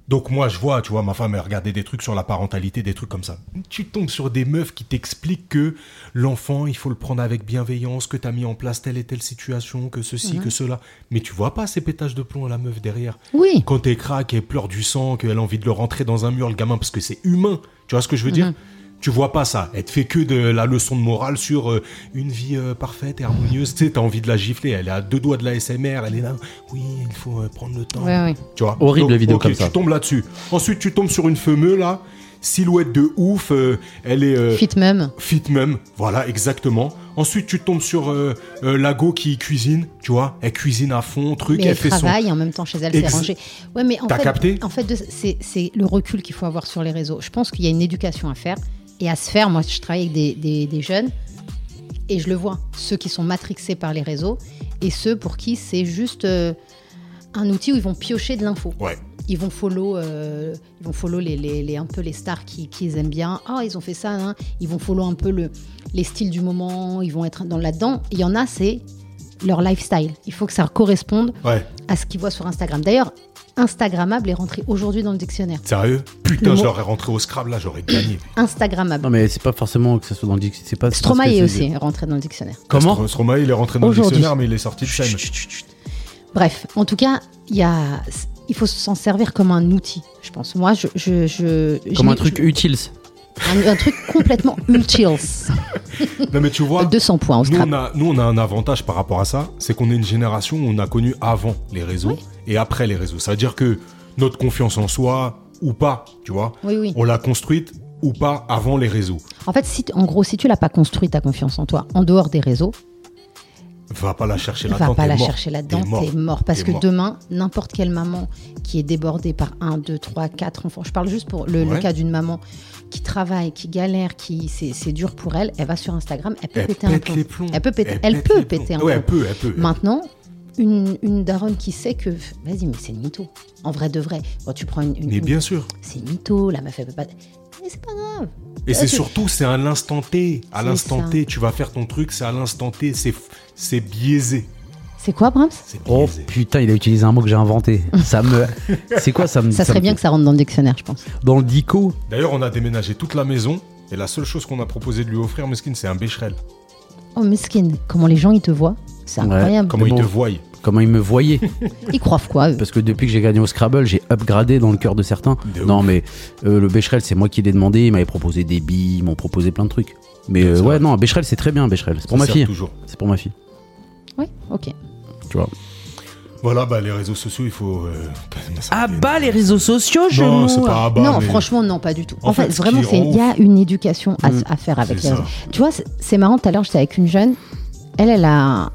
Donc moi, je vois, tu vois, ma femme, elle regardait des trucs sur la parentalité, des trucs comme ça. Tu tombes sur des meufs qui t'expliquent que l'enfant, il faut le prendre avec bienveillance, que t'as mis en place telle et telle situation, que ceci, que cela. Mais tu vois pas ces pétages de plomb à la meuf derrière. Oui. Quand elle craque, elle pleure du sang, qu'elle a envie de le rentrer dans un mur, le gamin, parce que c'est humain. Tu vois ce que je veux dire Tu vois pas ça. Elle te fait que de la leçon de morale sur euh, une vie euh, parfaite et harmonieuse. Tu sais, t'as envie de la gifler. Elle est à deux doigts de la SMR. Elle est là. Oui, il faut euh, prendre le temps. Ouais, ouais. Tu vois Horrible, Donc, la vidéo ok, comme ça. Tu tombes là-dessus. Ensuite, tu tombes sur une femeux, là. Silhouette de ouf. euh, elle est. euh, Fit même. Fit même, voilà exactement. Ensuite, tu tombes sur euh, euh, Lago qui cuisine, tu vois. Elle cuisine à fond, truc, Mais elle elle fait son. travaille et en même temps chez elle, c'est Ex- rangé. Ouais, mais en T'as fait, capté en fait de- c'est c'est le recul qu'il faut avoir sur les réseaux. Je pense qu'il y a une éducation à faire et à se faire. Moi, je travaille avec des, des- des jeunes et je le vois. Ceux qui sont matrixés par les réseaux et ceux pour qui c'est juste euh, un outil où ils vont piocher de l'info. Ouais. Ils vont follow, euh, ils vont follow les, les- les- un peu les stars qui- qu'ils aiment bien. Ah, ils ont fait ça. hein. Ils vont follow un peu le, les styles du moment. Ils vont être dans là-dedans. Il y en a, c'est leur lifestyle. Il faut que ça corresponde Ouais. à ce qu'ils voient sur Instagram. D'ailleurs, Instagrammable est rentré aujourd'hui dans le dictionnaire. Sérieux Le Putain, mot- j'aurais rentré au Scrabble là, j'aurais gagné. Instagrammable. Non, mais c'est pas forcément que ça soit dans le dic- c'est pas. c'est pas ce Stromae que est c'est- aussi rentré dans le dictionnaire. Comment Stro- Stromae, il est rentré dans le Aujourd'hui. dictionnaire, mais il est sorti de chaîne. Chut, chut, chut, chut. Bref, en tout cas, il y a- il faut s'en servir comme un outil, je pense. Moi, je. je, je- Comme j'ai- un truc je- utile. un, un truc complètement utile. Non, mais tu vois. 200 points au Nous Scrabble. on, a, nous, on a un avantage par rapport à ça, c'est qu'on est une génération où on a connu avant les réseaux et après les réseaux. C'est-à-dire que notre confiance en soi, ou pas, tu vois, Oui, oui. on l'a construite ou pas avant les réseaux. En fait, si, t- en gros, si tu l'as pas construit ta confiance en toi en dehors des réseaux, Va pas la chercher là-dedans. va pas t'es la mort. chercher là-dedans, T'es mort. t'es mort. Parce T'es que mort. demain, n'importe quelle maman qui est débordée par un, deux, trois, quatre enfants, je parle juste pour le, le Ouais. cas d'une maman qui travaille, qui galère, qui c'est c'est dur pour elle, elle va sur Instagram, elle peut Elle péter un pète plomb. les plombs. Elle peut péter, elle peut les plombs. péter un Ouais, elle plomb. peut, elle peut. Maintenant, une, une daronne qui sait que, vas-y, mais c'est une mytho. En vrai de vrai, quand tu prends une, une- Mais bien sûr. une- c'est une mytho, la meuf elle peut pas. Mais c'est pas grave. Et c'est tu- surtout, c'est à l'instant T. À C'est l'instant ça. T, tu vas faire ton truc, c'est à l'instant T. C'est f- c'est biaisé. C'est quoi, Brahms C'est Oh biaisé. putain, il a utilisé un mot que j'ai inventé. Ça me. C'est quoi ça me. Ça serait me- bien que ça rentre dans le dictionnaire, je pense. Dans le dico. D'ailleurs, on a déménagé toute la maison. Et la seule chose qu'on a proposé de lui offrir, Meskin, c'est un bécherel. Oh, mesquine, comment les gens ils te voient, c'est Ouais. incroyable. Comment Mais ils bon. te voient Comment il me voyait Ils croient quoi, eux Parce que depuis que j'ai gagné au Scrabble, j'ai upgradé dans le cœur de certains. De non, mais euh, le Becherel, c'est moi qui l'ai demandé. Ils m'avaient proposé des billes, ils m'ont proposé plein de trucs. Mais euh, Ça ouais, va. non, un Becherel, c'est très bien, un Becherel. C'est Ça pour ma sert fille. Toujours. C'est pour ma fille. Oui, ok. Tu vois. Voilà, bah, les réseaux sociaux, il faut. euh, ça Ah fait- bah les réseaux sociaux, je Non, c'est pas à bas. non, Ah, bah, mais- franchement, non, pas du tout. En En, fait, fait, ce vraiment, qui Mm. c'est- il y a une éducation à, à faire avec C'est les ça. réseaux. Tu vois, c'est- c'est marrant, tout à l'heure, j'étais avec une jeune, elle, elle a...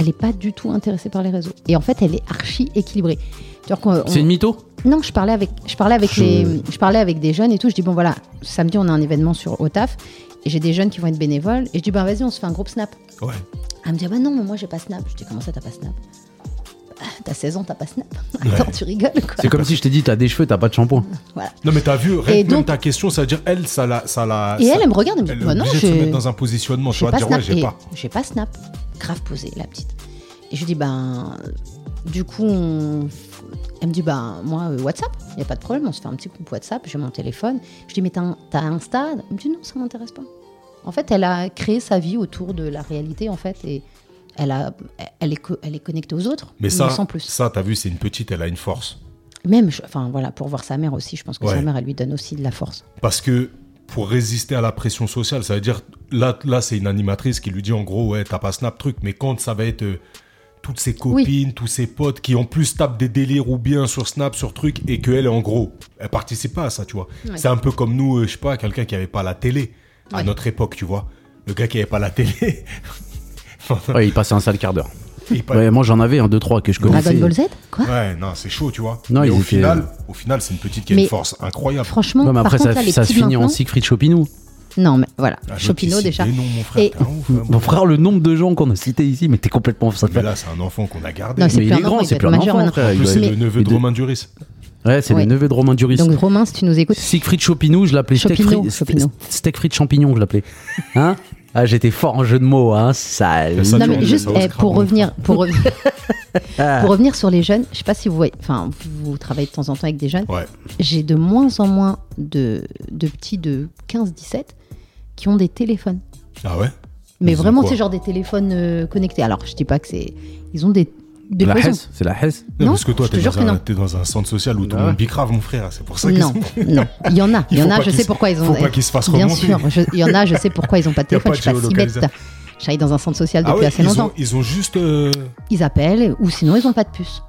Elle n'est pas du tout intéressée par les réseaux. Et en fait, elle est archi équilibrée. C'est-à-dire qu'on- on- C'est une mytho Non, je parlais avec, je parlais avec, Je- les- je parlais avec des jeunes et tout. Je dis, bon, voilà, samedi, on a un événement sur OTAF. Et j'ai des jeunes qui vont être bénévoles. Et je dis, ben vas-y, on se fait un groupe Snap. Ouais. Elle me dit, ah bah non, mais moi, j'ai pas Snap. Je dis, comment ça, t'as pas Snap Bah, T'as 16 ans, t'as pas Snap. Attends, tu rigoles, quoi. C'est comme si je t'ai dit t'as des cheveux, t'as pas de shampoing. Voilà. Non, mais t'as vu, répondre donc- ta question, ça veut dire, elle, ça la. Ça la Et ça- elle, elle me regarde, elle me dit, elle est bah non, obligée de se j'ai- mettre dans un positionnement, tu J'ai vois, pas dire, ouais, snap. j'ai et pas. J'ai pas snap. Grave posé, la petite. Et je lui dis, ben. Du coup, on- elle me dit, ben, moi, euh, WhatsApp, il n'y a pas de problème, on se fait un petit groupe WhatsApp, j'ai mon téléphone. Je lui dis, mais t'as un- t'as Insta Elle me dit, non, ça m'intéresse pas. En fait, elle a créé sa vie autour de la réalité, en fait, et elle, a, elle, est, co- elle est connectée aux autres, Mais ça, sans plus. ça, t'as vu, c'est une petite, elle a une force. Même, je- enfin, voilà, pour voir sa mère aussi, je pense que Ouais. sa mère, elle lui donne aussi de la force. Parce que pour résister à la pression sociale, ça veut dire là, là c'est une animatrice qui lui dit en gros, ouais, t'as pas snap truc, mais quand ça va être euh, toutes ses copines, tous ses potes qui en plus tapent des délires ou bien sur snap, sur truc, et qu'elle, en gros, elle participe pas à ça, tu vois. C'est un peu comme nous, euh, je sais pas, quelqu'un qui avait pas la télé à Ouais. notre époque, tu vois. Le gars qui avait pas la télé. Ouais, il passait un sale quart d'heure. il est pas- Ouais, moi j'en avais un, deux, trois que je connaissais. Dragon Ball Z Quoi Ouais, non, c'est chaud, tu vois. Non, mais ils au, étaient- euh, final, au final, c'est une petite qui a Mais- une force incroyable. Franchement, Ouais, mais par après contre, ça, là, les ça se petits finit en maintenant- Siegfried Chopinou. Non, mais voilà, Ah, l'autre, Chopinot il cite déjà. des noms, mon frère, Et- t'es un ouf, hein, Mon frère, le nombre de gens qu'on a cités ici, mais t'es complètement. ça te Mais fait- là, c'est un enfant qu'on a gardé. Non, c'est Mais plus il un est grand, enfant, il c'est doit plus être un majeur enfant, maintenant. frère. En il plus, doit c'est être- le neveu de il doit- Romain Duris. Ouais, c'est le Ouais. neveu de Romain Duris. Donc eh, Romain, si tu nous écoutes, Siegfried Chopinou, je l'appelais steak, Chopinou, fri- Chopinou. ste- steak frites champignon, je l'appelais. Hein Ah, j'étais fort en jeu de mots, hein, sale. Ça, non tu mais en- juste ça, on eh, se pour crabe, revenir pour, revenir- Ah. pour revenir sur les jeunes, je sais pas si vous voyez, enfin vous vous travaillez de temps en temps avec des jeunes. Ouais. J'ai de moins en moins de, de petits de 15-17 qui ont des téléphones. Ah ouais Mais Ils ont vraiment quoi c'est genre des téléphones euh, connectés. Alors je dis pas que c'est ils ont des des la poisons. Hesse, c'est la Hesse. non, Non, parce que toi, je te t'es jure dans, que un- non. t'es dans un centre social où tout le Ah ouais. monde bicrave, mon frère. C'est pour ça qu'ils Non, sont- non, il y en a, il y faut en a, pas je qu'ils sais se- pourquoi ils ont faut pas qu'ils se fassent Bien remonter. sûr, je- il y en a, je sais pourquoi ils ont pas de Il y a téléphone, pas je suis de pas si bête. géolocalisation. J'allais dans un centre social Ah depuis ouais, assez ils, longtemps. ont, ils ont juste. euh, ils appellent ou sinon ils ont pas de puce.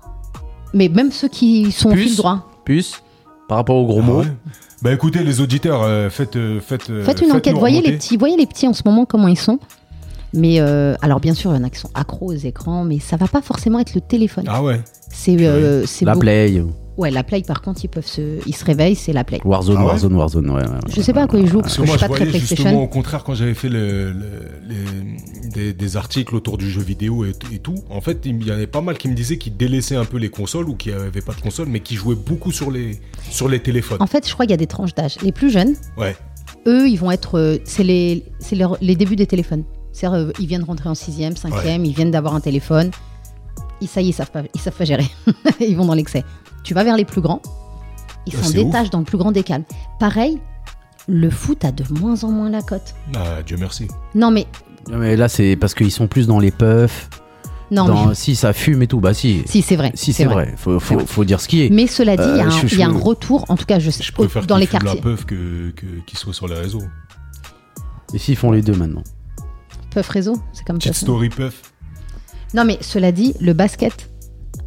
Mais même ceux qui sont au Puce fil euh, droit. Puce, par rapport aux gros ah mots. ouais. Bah écoutez, les auditeurs, euh, faites, euh, faites, euh, Faites une enquête, faites-nous voyez les remonter. petits, voyez les petits en ce moment comment ils sont. Mais euh, alors, bien sûr, il y en a qui sont accros aux écrans, mais ça va pas forcément être le téléphone. Ah ouais. C'est euh, c'est La beau- Play, ou Ouais, la play, par contre, ils peuvent se, ils se réveillent, c'est la play. Warzone, Ah ouais Warzone, Warzone, ouais, ouais, ouais. Je sais pas à quoi ils jouent Parce parce que que je moi, suis je pas très voyais PlayStation. justement au contraire quand j'avais fait le- le- les- des, des articles autour du jeu vidéo et, et tout. En fait, il y en avait pas mal qui me disaient qu'ils délaissaient un peu les consoles ou qui n'avaient pas de console, mais qui jouaient beaucoup sur les, sur les téléphones. En fait, je crois qu'il y a des tranches d'âge. Les plus jeunes, Ouais. eux, ils vont être. euh, C'est les, c'est leur- les débuts des téléphones. C'est-à-dire, euh, ils viennent rentrer en 6e, 5e, ils viennent d'avoir un téléphone. Ils, ça y est, ils savent pas, ils savent pas gérer. ils vont dans l'excès. Tu vas vers les plus grands, ils Ah, s'en c'est détachent dans le plus grand des calmes. Pareil, le foot a de moins en moins la cote. Ah, Dieu merci. Non, mais. Mais là, c'est parce qu'ils sont plus dans les puffs. Non, dans- mais. Si ça fume et tout, bah si. Si, c'est vrai. Si, c'est vrai. Faut, faut, vrai. faut dire ce qui est. Mais cela dit, il y a Euh, un- je- je- il y, a un retour, en tout cas, je sais, Je préfère dans qu'ils les fument quartiers. la puff que, que, qu'ils soient sur les réseaux. Et s'ils font les deux maintenant Puff réseau, c'est comme Petite ça. story puff. Non, mais cela dit, le basket,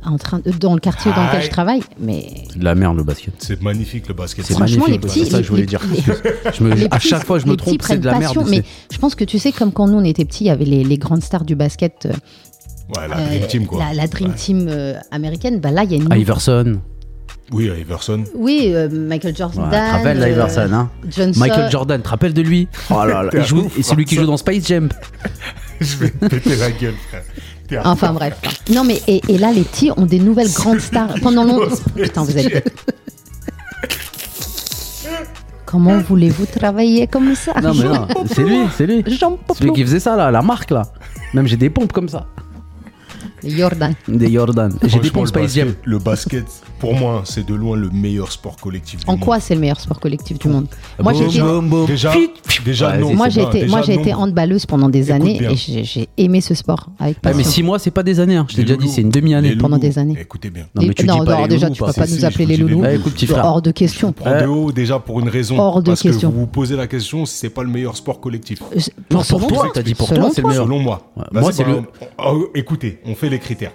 en train, euh, dans le quartier dans lequel Aïe. je travaille, mais C'est de la merde le basket. C'est magnifique le basket. C'est Franchement, magnifique. les C'est petits- ça que les- je voulais les- dire. les- Je me- les à petits- chaque fois, je me les petits trompe, c'est prennent de la merde. passion, c'est- Mais je pense que tu sais, comme quand nous on était petits, il y avait les, les grandes stars du basket, euh, Ouais, la Ah, Dream euh, Team quoi. la, la Dream Ouais. Team euh, américaine. Bah là, il y a une. Ah, Iverson. Oui, à Iverson. Oui, euh, Michael Ouais, Jordan. te rappelles euh, d'Iverson, hein Johnson. Michael Jordan, te rappelles de lui Oh là là, il joue- et c'est lui qui joue dans Space Jam. je vais te péter la gueule, frère. T'es un- Enfin bref. Non mais et, et là les petits ont des nouvelles grandes stars pendant longtemps. Oh, Putain vous êtes. Comment voulez-vous travailler comme ça Non mais non, c'est lui, c'est lui. Jean Poplo. C'est lui qui faisait ça là, la marque là. Même j'ai des pompes comme ça. Jordan. Des Jordan. J'ai des Franchement, pompes le Space Jam. basket- Le basket, pour moi, c'est de loin le meilleur sport collectif du En monde. quoi c'est le meilleur sport collectif du monde Moi j'ai Boum, été, boum, boum. Déjà, déjà Ouais, non. vas-y, moi c'est j'ai bien. été, Déjà, moi, j'ai non. été handballeuse pendant des Écoute années bien. et j'ai j'ai aimé ce sport avec Ouais, Ah, mais passion. six mois, c'est pas des années. hein. Je t'ai Les déjà dit, loulous. c'est une Les demi-année. Pendant loulous. Eh, des années. Écoutez bien. Eh, Non, mais tu non, dis pas hors- les bah, déjà loulous, tu peux par pas contre. nous Si, appeler je les vous dis les loulous. Ouais, écoute, petit frère. Hors de question. Ah, Prends des hauts déjà pour une raison. Hors de parce question. que vous vous posez la question si c'est pas le meilleur sport collectif. Non, Euh, Selon pour toi, t'as dit pour Selon toi, c'est le meilleur. Selon moi. Ouais, Vas-y, moi, c'est bah, le- on- on- écoutez, on fait les critères.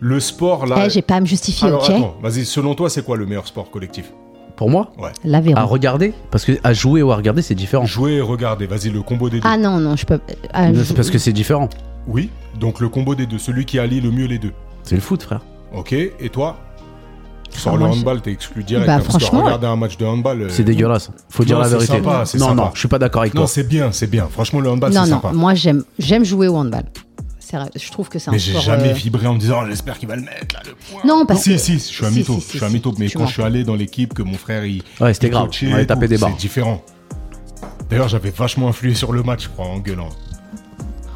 Le sport là. Eh, j'ai pas à me justifier, Alors, ok attends, vas-y, selon toi, c'est quoi le meilleur sport collectif Pour moi, à L'Aveyron. regarder, parce que à jouer ou à regarder, c'est différent. Jouer et regarder, vas-y, le combo des deux. Ah non non je peux. ah, Non, je- C'est parce que c'est différent. Oui, donc le combo des deux, celui qui allie le mieux les deux. C'est le foot, frère. Ok, et toi Sors Ah, le moi, je- handball, t'es exclu direct. Bah, hein, parce que franchement, regarder un match de handball. euh, C'est dégueulasse. Faut dire Non, la c'est vérité. sympa, c'est Non, sympa. non, je suis pas d'accord avec Non, toi. c'est bien, c'est bien. Franchement, le handball, non c'est non sympa. moi j'aime j'aime jouer au handball. C'est vrai, Je trouve que c'est un Mais j'ai sport. jamais euh, vibré en me disant, j'espère qu'il va le mettre, là, le point. Non, parce si, que- si, je suis un si, mytho. si, si, je suis un si, mytho, mais tu quand mens. je suis allé dans l'équipe, que mon frère, il. Ouais, c'était il grave. coachait On allait et taper tout, des barres. C'est différent. D'ailleurs, j'avais vachement influé sur le match, je crois, en gueulant.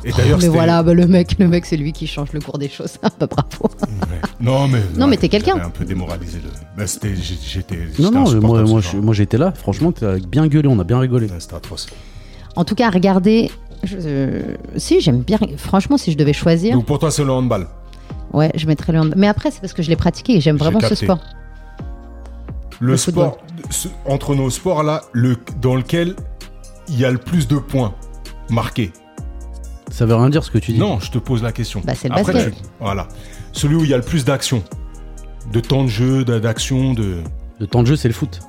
Et d'ailleurs, mais c'était- voilà, bah, le mec, le mec, c'est lui qui change le cours des choses. Ah, bah, bravo. Ouais. Non, mais. Non, mais t'es quelqu'un. j'avais un peu démoralisé. Le... Bah, c'était- j'ai- J'étais. Non, j'étais non, mais moi, insupportable, moi, ce je- genre. moi, j'étais là. Franchement, t'as bien gueulé, on a bien rigolé. Ouais, C'était atroce. En tout cas, regardez. je- euh, si j'aime bien, franchement, si je devais choisir, Donc, pour toi, c'est le handball. ouais, je mettrais le hand. Mais après, c'est parce que je l'ai pratiqué et j'aime J'ai vraiment ce capté. sport. Le, Le football. sport, ce- entre nos sports là, le, dans lequel il y a le plus de points marqués. Ça veut rien dire ce que tu dis. Non, je te pose la question. Bah, c'est le Après, basket. tu- voilà. Celui où il y a le plus d'action. De temps de jeu, d'a- d'action, de. Le temps de jeu, c'est le foot.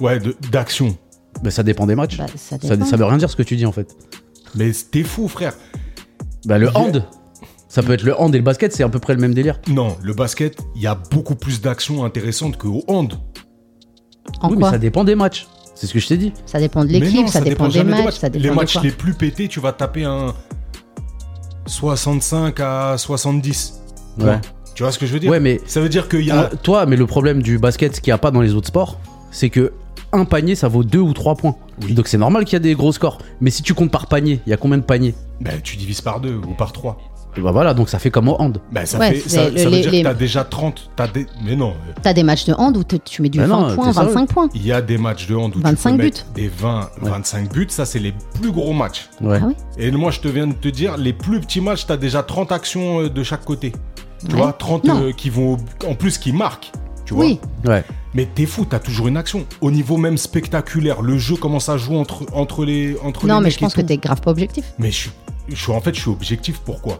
Ouais, de- d'action. Bah, ça dépend des matchs. Bah, ça ça, dépend. ça veut rien dire ce que tu dis en fait. Mais t'es fou, frère. Bah, le Je- hand. Ça peut être le hand et le basket, c'est à peu près le même délire. Non, le basket, il y a beaucoup plus d'actions intéressantes qu'au hand. oui, En quoi mais ça, ça dépend des matchs. C'est ce que je t'ai dit. dépend de Mais non, l'équipe, ça, dépend des jamais matchs, des matchs. ça dépend les de matchs quoi. les plus pétés, tu vas taper un 65 à 70. Ouais. Ouais. Tu vois ce que je veux dire Ouais, mais- ça veut dire qu'il y a Euh, toi, mais le problème du basket, ce qu'il n'y a pas dans les autres sports, c'est que un panier, ça vaut deux ou trois points. Donc c'est normal qu'il y a des gros scores. Mais si tu comptes par panier, il y a combien de paniers Ben, tu divises par deux ou par trois. Et Bah voilà, donc ça fait comme au hand. Ben, ça, Ouais, fait, c'est ça, le- ça veut les- dire les- que t'as déjà 30. t'as des... Mais non, euh, T'as des matchs de hand où te- tu mets du Bah 20 non, points, t'es sérieux 25 points. il y a des matchs de hand où 25 tu peux buts. mettre des 20, 25 buts. Ça, c'est les plus gros matchs. Ouais. Ah ouais Et moi, je te viens de te dire, les plus petits matchs, t'as déjà 30 actions euh, de chaque côté. Tu Ouais. vois, 30 Non. euh, qui vont au- en plus qui marquent. Tu vois Oui, Ouais. Mais t'es fou, t'as toujours une action. Au niveau même spectaculaire, le jeu commence à jouer entre, entre les entre non, les mais mecs je pense et que tout. t'es grave pas objectif. Mais je, suis- je suis en fait, je suis objectif. Pourquoi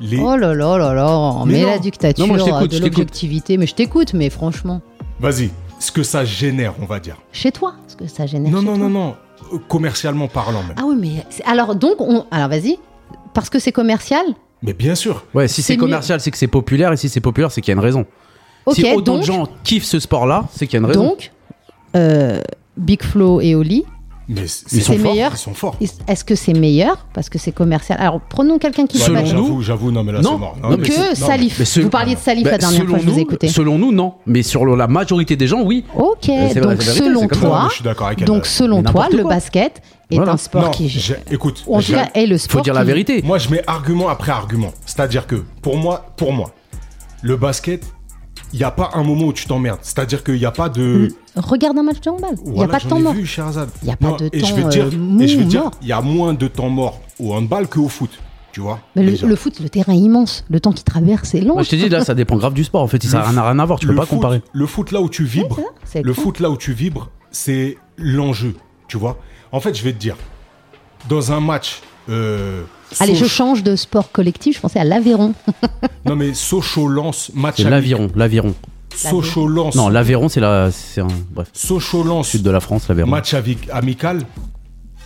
les... Oh là là là là, on Mais met non. la dictature, Non, moi, je t'écoute, euh, je de t'écoute. l'objectivité, mais je t'écoute, mais franchement, Vas-y, ce que ça génère, on va dire. chez toi, parce que ça génère. Non, chez non, toi. non, non. Euh, Commercialement parlant, même. Ah oui, mais c'est- alors donc on alors vas-y, parce que c'est commercial Mais bien sûr. Ouais, si C'est c'est mieux. commercial, c'est que c'est populaire, et si c'est populaire, c'est qu'il y a une raison. Ok, si autant donc, de gens kiffent ce sport-là, c'est qu'il y a une raison. donc euh, Big Flo et Oli, Mais c- Ils c'est- sont forts, meilleurs. Ils sont forts. est- est-ce que c'est meilleur parce que c'est commercial Alors prenons quelqu'un qui Ouais, non, Selon pas- nous- j'avoue, j'avoue, non, mais là, Non, c'est mort. non, mais que c'est- non, mais- Salif. mais ce- Vous parliez de Salif Bah, la dernière fois, selon je vous ai nous- écouté. Selon nous, non. Mais sur le- la majorité des gens, oui. Ok, c'est vrai, donc c'est la vérité, selon c'est comme ça. Non, Ah, mais toi, je suis d'accord avec elle. donc selon Mais toi, n'importe le quoi. basket est Voilà. un sport Non, qui j'ai- écoute, en tout j'ai- cas, est le sport Faut dire la qui- vérité. moi, je mets argument après argument. C'est-à-dire que pour moi, pour moi, le basket, il n'y a pas un moment où tu t'emmerdes. C'est-à-dire qu'il n'y a pas de. Regarde un match de handball. Il n'y Hmm. a Voilà, pas de j'en temps ai mort. vu, Sherazade. Y a pas Non, de et temps, je vais te dire, euh, mou et je vais ou te dire, mort. il y a moins de temps mort au handball qu'au foot. Tu vois Mais le, déjà. le foot, le terrain est immense. Le temps qui traverse est long. Moi, je t'ai dit, là, ça dépend grave du sport. En fait, ça Le n'a rien à voir. Tu peux Le pas foot- comparer. Le foot là où tu vibres, Ouais, c'est ça, c'est le cool. foot là où tu vibres, c'est l'enjeu, tu vois. En fait, je vais te dire, dans un match, euh, Allez, je Soch- change de sport collectif. Je pensais à l'Aveyron. non mais Sochaux lance match C'est aller, l'aviron, l'aviron. Sochaux lance, Non, l'Aveyron, c'est la, c'est un, bref, Sochaux lance sud de la France, l'Aveyron. match avi- amical,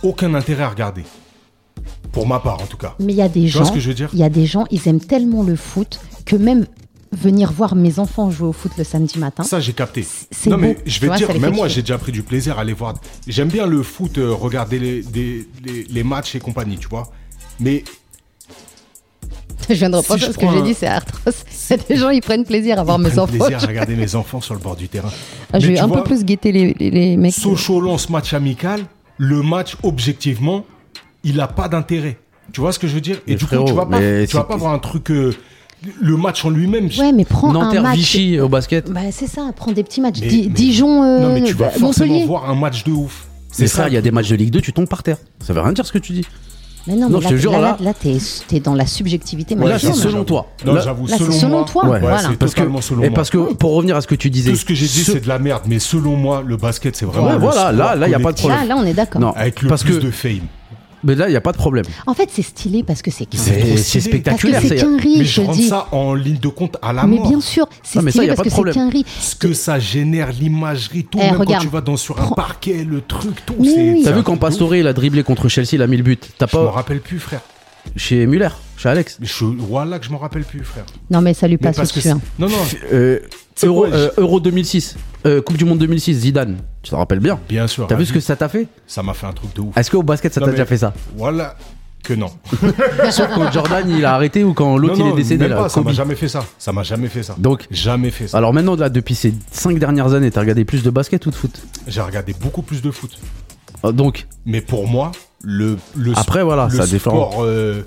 aucun intérêt à regarder, pour ma part en tout cas. Mais il y a des vois gens. ce que je veux dire Il y a des gens, ils aiment tellement le foot que même venir voir mes enfants jouer au foot le samedi matin. Ça, j'ai capté. c'est Non, beau, mais tu je vais vois, te ça dire, les même fait moi, kiffer. j'ai déjà pris du plaisir à aller voir. J'aime bien le foot, euh, regarder les, des- les, les matchs et compagnie, tu vois. Mais je viens de si reprendre je ce que prends j'ai un- dit, c'est atroce. Il y a des gens, ils prennent plaisir à voir ils mes prennent enfants. plaisir à regarder mes enfants sur le bord du terrain. Ah, Je Mais vais tu un vois, peu plus guetter les, les- les mecs. Sochaux lance match amical. Le match, objectivement, il n'a pas d'intérêt. Tu vois ce que je veux dire Et Mais du coup, frérot, tu vas pas, mais tu vas c'est- pas voir un truc. euh, le match en lui-même. je- Ouais, mais prends un Nanterre, match. Vichy au basket. Bah, c'est ça, prends des petits matchs. mais- Di- mais- Dijon, euh, Non, mais tu vas bah, forcément Montpellier. voir un match de ouf. C'est ça, il y a des matchs de Ligue 2, tu tombes par terre. Ça veut rien dire ce que tu dis. Mais non, Non, mais je là, te jure, là, là- là, là, t'es t'es dans la subjectivité. Ouais, là, c'est malheureusement. selon toi. Non, Là- j'avoue, là, c'est selon, selon moi. toi. ouais, Voilà. c'est parce totalement que, selon et moi. parce que pour revenir à ce que tu disais, Tout ce que j'ai dit, ce- c'est de la merde, mais selon moi, le basket, c'est vraiment. Ouais, le voilà, sport là, là, y a pas de collectif Là, problème. là, on est d'accord. Non. Avec le Parce plus que- de fame. mais là, il n'y a pas de problème. En fait, c'est stylé parce que c'est qu'un C'est trop stylé. C'est c'est Parce que spectaculaire. c'est c'est- qu'un riz, Mais je je te rends dis. ça en ligne de compte à la Mais mort. bien sûr, c'est Non, mais ça, stylé y a pas de parce que c'est problème. qu'un riz. Ce que ça génère, l'imagerie, tout, Eh, même quand regarde. tu vas dans sur un Prends- parquet, le truc, tout. Oui, c'est- oui. c'est T'as un vu truc de quand ouf. Pastore il a dribblé contre Chelsea, il a mis le but. T'as Je m'en pas rappelle plus, frère. chez Muller, chez Alex. Je... Voilà que je m'en rappelle plus, frère. Non, mais ça lui Mais passe parce que au-dessus. hein. c'est- Non, non, Euh, C'est Euro, quoi, euh, Euro 2006, euh, Coupe du Monde 2006, Zidane. Tu t'en rappelles bien. bien sûr. T'as hein, vu ce que ça t'a fait Ça m'a fait un truc de ouf. Est-ce qu'au basket ça Non, t'a mais- déjà fait ça Voilà que non. Sauf quand Jordan il a arrêté ou quand l'autre Non, il non, est décédé même là. pas, ça Kobe. m'a jamais fait ça. Ça m'a jamais fait ça. Donc- jamais fait ça. Alors maintenant là depuis ces 5 dernières années, t'as regardé plus de basket ou de foot J'ai regardé beaucoup plus de foot. Euh, Donc Mais pour moi, le, le Après, sp- voilà, le ça dépend. sport euh,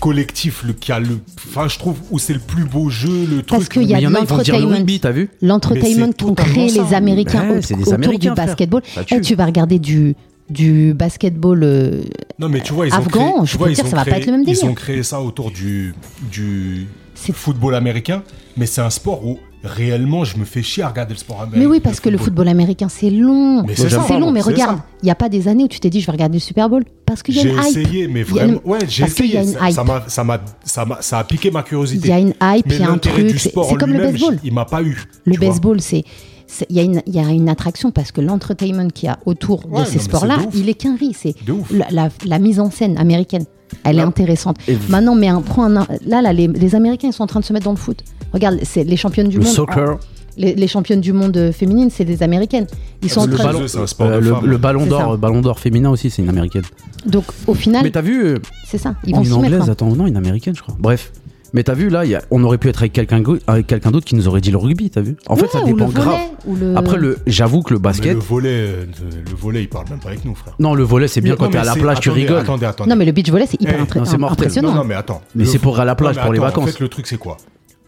collectif, le, qui a le, enfin, je trouve où c'est le plus beau jeu, le Parce truc. qu'il y mais a il y de en a ils vont dire le l'entertainment. rugby, t'as vu L'entertainment Mais c'est qu'ont créé totalement les ça. Américains Ouais, au- c'est des autour Américains, du frère. basketball. Ça tue. Eh, tu vas regarder du, du basketball. euh, Non, mais tu vois, ils ont Afghan, créé, je tu peux vois, te dire, ils ont ça va pas créé- être le même Ils délire. ont créé ça autour du, du C'est- football américain, mais c'est un sport où réellement je me fais chier à regarder le sport américain. Mais Bah, oui, parce que le football américain, c'est long. Mais c'est ça, C'est long, pardon, mais c'est regarde, ça. il n'y a pas des années où tu t'es dit je vais regarder le Super Bowl. Parce qu'il y a J'ai une hype. essayé, mais Il y a une- vraiment. Ouais, j'ai parce qu'il y a essayé. une Ça- hype. Ça m'a, ça m'a, ça m'a, ça a piqué ma Il curiosité. y a une hype, mais il y a un l'intérêt du truc. C'est sport c'est en comme le lui-même, baseball. j- Il m'a pas eu. Le tu vois. baseball, c'est. c'est- Il y, a une- il y a une attraction parce que l'entertainment qu'il y a autour Ouais, de non, ces mais sports-là, c'est de ouf. il est qu'un riz. C'est De ouf. la, la- la mise en scène américaine. Elle est intéressante. Maintenant, mais un, prends un- là, là les, les Américains ils sont en train de se mettre dans le foot. Regarde, c'est les championnes du Le monde. soccer, Les, les championnes du monde euh, féminine, c'est des Américaines. Ils sont en Ah, le train de- ballon, C'est un sport de euh, le, femme. le ballon C'est d'or, ça. euh, ballon d'or féminin aussi, c'est une américaine. Donc, au Mais final, t'as vu euh, c'est ça. Ils vont une s'y mettre. anglaise, hein. attends, non, une américaine, je crois. Bref. Mais t'as vu là, il y a- on aurait pu être avec quelqu'un go- avec quelqu'un d'autre qui nous aurait dit le rugby, t'as vu En fait, Ouais, ça ou le dépend volley, grave. ou le- Après, le, j'avoue que le Mais basket, le volet, euh, le volet, il parle même pas avec nous, frère. non, le volet, c'est bien Non, quand mais t'es à la c'est- plage, tu attendez, rigoles. Attendez, attendez. Non, mais le beach volley, c'est hyper Eh, intra- non, c'est mortel. impressionnant. Non, non, mais attends. Mais Le c'est vo- pour à la plage, Non, mais pour les attends, En vacances. fait, le truc, c'est quoi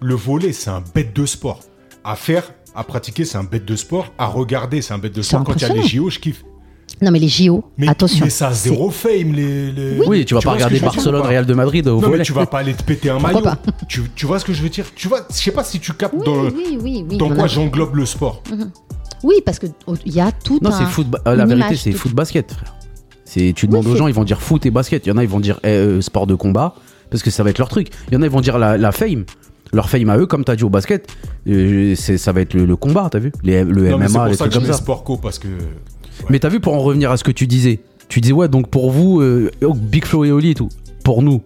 Le volet, c'est un bête de sport. À faire, à pratiquer, c'est un bête de sport. À regarder, c'est un bête de sport. Quand il y a les JO, je kiffe. Non, mais les JO, Mais, attention. mais ça a zéro fame. Les, les- Oui, tu vas vois pas ce que regarder je veux dire ou Barcelone, pas Real de Madrid au Non, mais volet. tu vas pas aller te péter un Pourquoi maillot. pas Tu, tu vois ce que je veux dire Tu vois, je sais pas si tu captes Oui, dans, oui, oui, oui, dans on quoi a- j'englobe le sport. Oui, parce que oh, il y a tout Non, un- c'est foot. euh, la une vérité, image, c'est tout- foot basket, frère. C'est, tu demandes aux c'est- gens, ils vont dire foot et basket. Il y en a, ils vont dire eh, euh, sport de combat parce que ça va être leur truc. Il y en a, ils vont dire la, la fame. Leur fame à eux, comme t'as dit au basket, euh, c'est, ça va être le, le combat, t'as vu Les- Le Non, mais c'est MMA, pour les ça trucs que je comme mets ça. sport co parce que. Mais t'as vu, pour en revenir à ce que tu disais, tu disais, ouais, donc pour vous, euh, oh, Big Flo et Oli et tout, pour nous,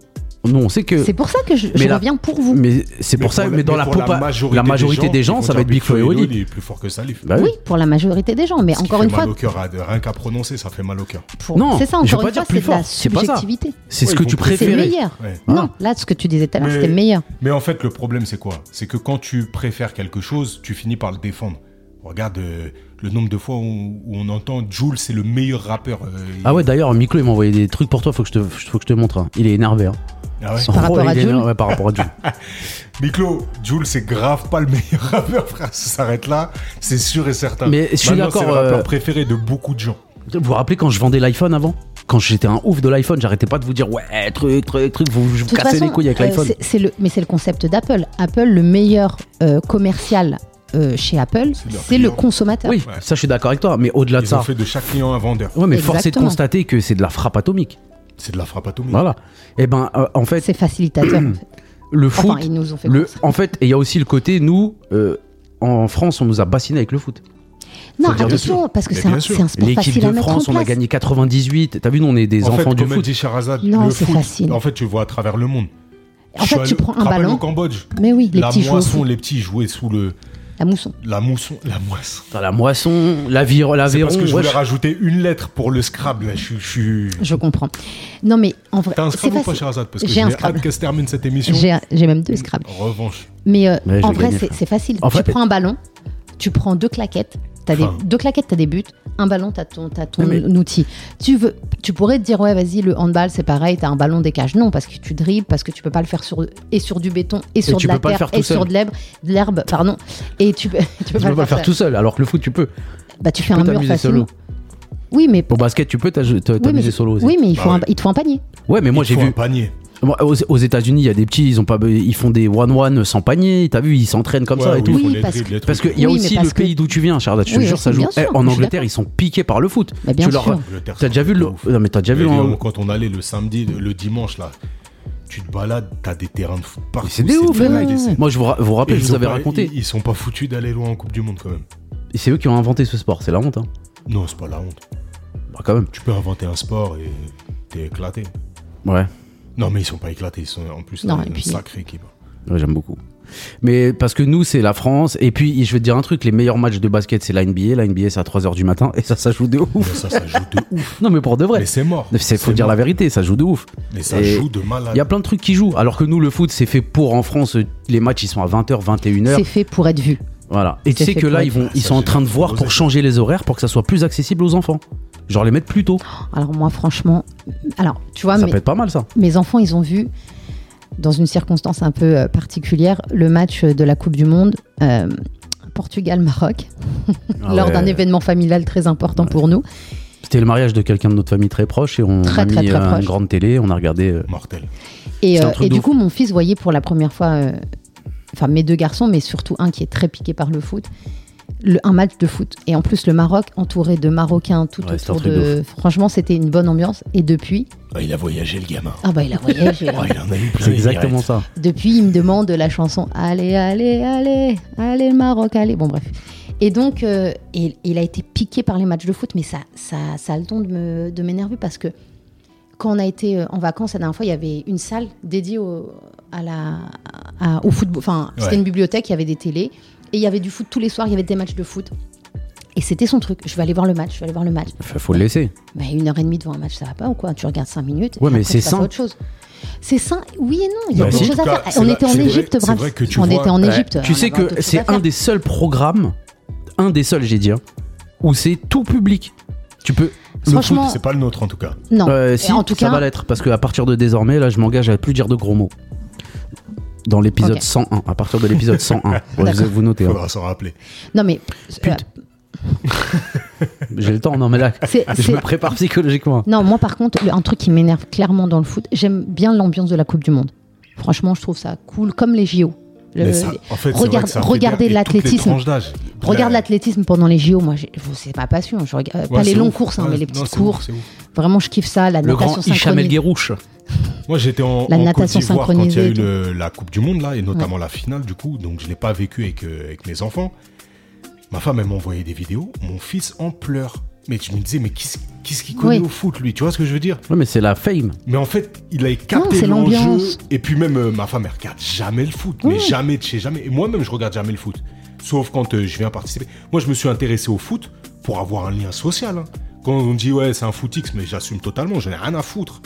nous, on sait que. C'est pour ça que je, je Mais la- reviens pour vous. Mais c'est Mais pour ça, la- mais dans la, pour popa- la majorité des gens, ils vont ça va dire être Big Flo et Oli, Oli. Il est plus fort que Salif. Bah Oui, pour la majorité des gens. Mais Ce qui encore fait une fois, mal au cœur, à- rien qu'à prononcer, ça fait mal au cœur. pour- Non, c'est ça, je veux encore pas une fois, dire plus c'est de la fort, c'est pas ça. subjectivité. C'est Ouais, ce que ils tu vont préférer. C'est préférais. Hein meilleur. Ouais. Non, là, ce que tu disais tout à l'heure, Mais- c'était meilleur. Mais en fait, le problème, c'est quoi C'est que quand tu préfères quelque chose, tu finis par le défendre. Regarde euh, le nombre de fois où, où on entend Jules, c'est le meilleur rappeur. euh, Ah ouais, d'ailleurs, Miklo, il m'a envoyé des trucs pour toi, faut que je te, faut que je te montre. hein. Il est énervé. hein. Ah ouais. Oh, Par rapport il à est Jul énervé, ouais, par rapport à Jul. Miklo, Jules, c'est grave pas le meilleur rappeur, frère. Ça s'arrête là, c'est sûr et certain. Mais je suis Maintenant, d'accord, C'est le rappeur euh, préféré de beaucoup de gens. Vous vous rappelez quand je vendais l'iPhone avant Quand j'étais un ouf de l'iPhone, j'arrêtais pas de vous dire ouais, truc, truc, truc, vous, vous De toute cassez façon, les couilles avec euh, l'iPhone. c'est- c'est le, mais c'est le concept d'Apple. Apple, le meilleur euh, commercial euh, chez Apple, C'est leur c'est le client. consommateur. Oui, Ouais. ça je suis d'accord avec toi, mais au-delà de Ils ont ça. fait de chaque client un vendeur. Ouais, mais force est de Exactement. constater que c'est de la frappe atomique. C'est de la frappe atomique. Voilà. Et ben, euh, en fait, C'est facilitateur. en fait. le foot. Enfin, ils nous ont fait le, comprendre. en fait, et il y a aussi le côté, nous, euh, en France, on nous a bassiné avec le foot. Non, faut dire attention, bien parce que Mais c'est un, bien sûr. c'est un sport L'équipe facile à de mettre France, en on a place. gagné 98. T'as vu, nous, on est des en enfants fait, du comme a foot. dit Charazade, Non, le c'est foot, facile. en fait, tu vois à travers le monde. En Je fait, suis tu allé- prends un rappelle ballon. au Cambodge. Mais oui, les la petits joueurs, moisson, les petits jouaient sous le la mousson. la mousson, la moisson. T'as la moisson, la vire, la C'est véron, parce que je voulais wesh. rajouter une lettre pour le Scrabble. là. Je, suis- je suis. Je comprends. Non, mais en vrai, T'as un c'est Scrabble ou pas, facile. Charazade Parce que J'ai j'ai un hâte Scrabble. qu'elle se termine cette émission. J'ai un- j'ai même deux Scrabble. En revanche, Mais euh, Ouais, je en vais vrai, gagner, c'est frère. c'est facile. En tu fait- prends un ballon, tu prends deux claquettes. T'as des, Enfin. deux claquettes, t'as des buts. Un ballon, t'as ton, t'as ton Mais- outil. Tu, veux, tu pourrais te dire, ouais, vas-y, le handball, c'est pareil, t'as un ballon des cages. Non, parce que tu dribbles, parce que tu peux pas le faire sur, et sur du béton, et sur tu de la peux pas le terre, faire tout et sur seul. de l'herbe, de l'herbe, pardon. Et tu peux, tu peux Tu pas peux pas le faire tout seul, alors que le foot, tu peux. Bah, tu, Tu fais peux un mur t'amuser facilement. solo. Oui, mais. Au basket, tu peux t'aj- te- oui, mais, t'amuser solo aussi. oui, mais il, faut Ah un- ouais. il te faut un panier. Ouais, mais moi, il j'ai faut un vu. panier. Moi, Aux, aux États-Unis, il y a des petits, ils, ont pas, ils font des one-one sans panier, t'as vu, ils s'entraînent comme ça et Ouais, tout. oui, faut Oui, les parce dribbles, que- les trucs. Parce qu'il y a Oui, mais aussi parce le que- pays d'où tu viens, Charlotte, je te Oui, jure, oui, ça joue. bien sûr, Eh, en je suis Angleterre, d'accord. ils sont piqués par le foot. Mais bien tu leur- sûr. Angleterre, T'as déjà vu c'est le. de ouf. Non, mais t'as déjà Mais vu. en- Léon, quand on allait le samedi, le le dimanche là, tu te balades, t'as des terrains de foot partout. C'est des ouf, les dingue, mecs. c'est- Moi, je vous, ra- vous Et rappelle, je ils vous ont avais pas- raconté. Ils, ils sont pas foutus d'aller loin en Coupe du Monde quand même. Et c'est eux qui ont inventé ce sport, c'est la honte. Hein. Non, c'est pas la honte. Bah, quand même. Tu peux inventer un sport et t'es éclaté. Ouais, Non, mais ils sont pas éclatés. Ils sont en plus euh, Non, là, et une puis- sacrée équipe. ouais, j'aime beaucoup. Mais parce que nous, c'est la France. Et puis, je vais te dire un truc les meilleurs matchs de basket, c'est la NBA. La NBA, c'est à 3h du matin. Et ça, ça joue de Mais ouf. ça, ça joue de ouf. Non, mais pour de vrai. Mais c'est mort. C'est faut C'est dire mort. la vérité, ça joue de ouf. Mais ça Et joue de Il y a malade. plein de trucs qui jouent. Alors que nous, le foot, c'est fait pour en France. euh, Les matchs, ils sont à 20h, 21h. C'est fait pour être vu. Voilà. Et tu c'est sais fait que là, pour ils, vont, être- ils Ça, sont en c'est train de voir proposé. pour changer les horaires pour que ça soit plus accessible aux enfants. Genre les mettre plus tôt. Alors, moi, franchement. Alors, tu vois, ça Ah, mais. peut être pas mal, ça. Mes enfants, ils ont vu, dans une circonstance un peu euh, particulière, le match de la Coupe du Monde. euh, Portugal-Maroc, lors Ah Ouais. d'un événement familial très important pour nous. C'était le mariage de quelqu'un de notre famille très proche et on Très, a mis très, très euh, une proche. grande télé, on a regardé. euh, Mortel. Et, C'est un euh, truc et de du ouf. coup, mon fils voyait pour la première fois, euh, enfin mes deux garçons, mais surtout un qui est très piqué par le foot, le, un match de foot. Et en plus, le Maroc, entouré de Marocains tout Ouais, c'est un autour truc de... Franchement, c'était une bonne ambiance. Et depuis, Ah, il a voyagé, le gamin. ah bah il a voyagé. hein. Ah, il en a eu plein. C'est les exactement mirettes. ça. Depuis, il me demande la chanson Allez, allez, allez, allez, le Maroc, allez. Bon, bref. Et donc, euh, il, il a été piqué par les matchs de foot, mais ça, ça, ça a le ton de me- de m'énerver parce que quand on a été euh, en vacances la dernière fois, il y avait une salle dédiée au, à la, à- au football. Enfin, c'était Ouais. une bibliothèque, il y avait des télés et il y avait du foot tous les soirs, il y avait des matchs de foot. Et c'était son truc. Je vais aller voir le match, je vais aller voir le match. Faut faut le laisser. Bah, une heure et demie devant un match, ça va pas ou quoi Tu regardes cinq minutes. Ouais, et mais après, c'est tu passes à sain. autre chose. C'est sain, oui et non. Il y a Bah, des si. choses En à tout faire. cas, c'est On vrai- était en c'est vrai- Égypte, c'est bref. vrai que tu on vois- était en Ouais. Égypte. euh, Tu on sais avait d'autres que choses à c'est faire. un des seuls programmes, un des seuls, j'ai dit, hein, où c'est tout public. Tu peux. le Franchement, foot, C'est pas le nôtre, en tout cas. Non. euh, Et si, en tout ça cas, va l'être, parce qu'à partir de désormais, là, je m'engage à plus dire de gros mots. Dans l'épisode Ok. 101, à partir de l'épisode 101, Ouais, vous, D'accord. vous notez, hein. Faudra s'en rappeler. non mais euh, j'ai le temps, non mais là, c'est- je c'est- me prépare psychologiquement. non, moi par contre, le- un truc qui m'énerve clairement dans le foot, j'aime bien l'ambiance de la Coupe du Monde. Franchement, je trouve ça cool, comme les JO. Le- Mais ça- en fait, c'est vrai regarde- que ça fait regardez bien, et toutes les l'athlétisme. tranches d'âge. Regarde Là, l'athlétisme pendant les JO, moi j'ai- c'est ma passion. Je regarde, euh, ouais, pas les c'est longues ouf. courses, hein, Ouais, mais les non, petites c'est ouf, courses. c'est ouf. Vraiment, je kiffe ça. La Le grand natation Hicham El synchronisée. Guérouche. Moi, j'étais en, La en Côte natation d'Ivoire quand il y a eu synchronisée le- la Coupe du Monde, là, et notamment la finale, du coup. Donc, je l'ai pas vécu avec, euh, avec mes enfants. Ma femme, elle m'a envoyé des vidéos. Mon fils en pleure. Mais tu me disais, mais qu'est-ce qu'est-ce qu'il connaît Oui. au foot, lui Tu vois ce que je veux dire Ouais, mais c'est la fame. Mais en fait, il a capté c'est l'enjeu. l'ambiance. Et puis même, euh, ma femme, elle regarde jamais le foot. Mais jamais, de chez jamais. Et moi-même, je regarde jamais le foot. Sauf quand euh, je viens participer. Moi, je me suis intéressé au foot pour avoir un lien social. hein. Quand on dit, ouais, c'est un footix, mais j'assume totalement, j'en ai rien à foutre.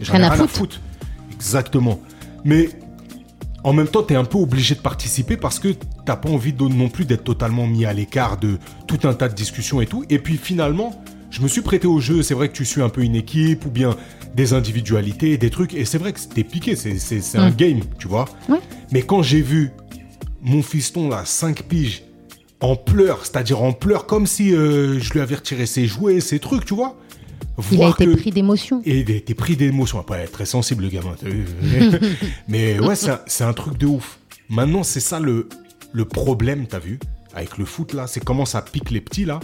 J'en ai Rien rien à à foutre. foutre. Exactement. Mais en même temps, tu es un peu obligé de participer parce que t'as pas envie de- non plus d'être totalement mis à l'écart de tout un tas de discussions et tout. Et puis finalement, je me suis prêté au jeu. C'est vrai que tu suis un peu une équipe ou bien des individualités, des trucs. Et c'est vrai que t'es piqué, c'est c'est- c'est un game, tu vois. Mm. Ouais. Mais quand j'ai vu mon fiston, là, 5 piges, en pleurs, c'est-à-dire en pleurs comme si euh, je lui avais retiré ses jouets, ses trucs, tu vois. Il a Voir été que- pris d'émotion. et des- t'es pris d'émotion. Après, elle est très sensible, le gamin. t'as vu. Mais ouais, c'est un, c'est un truc de ouf. Maintenant, c'est ça le, le problème, t'as vu, avec le foot, là. C'est comment ça pique les petits, là.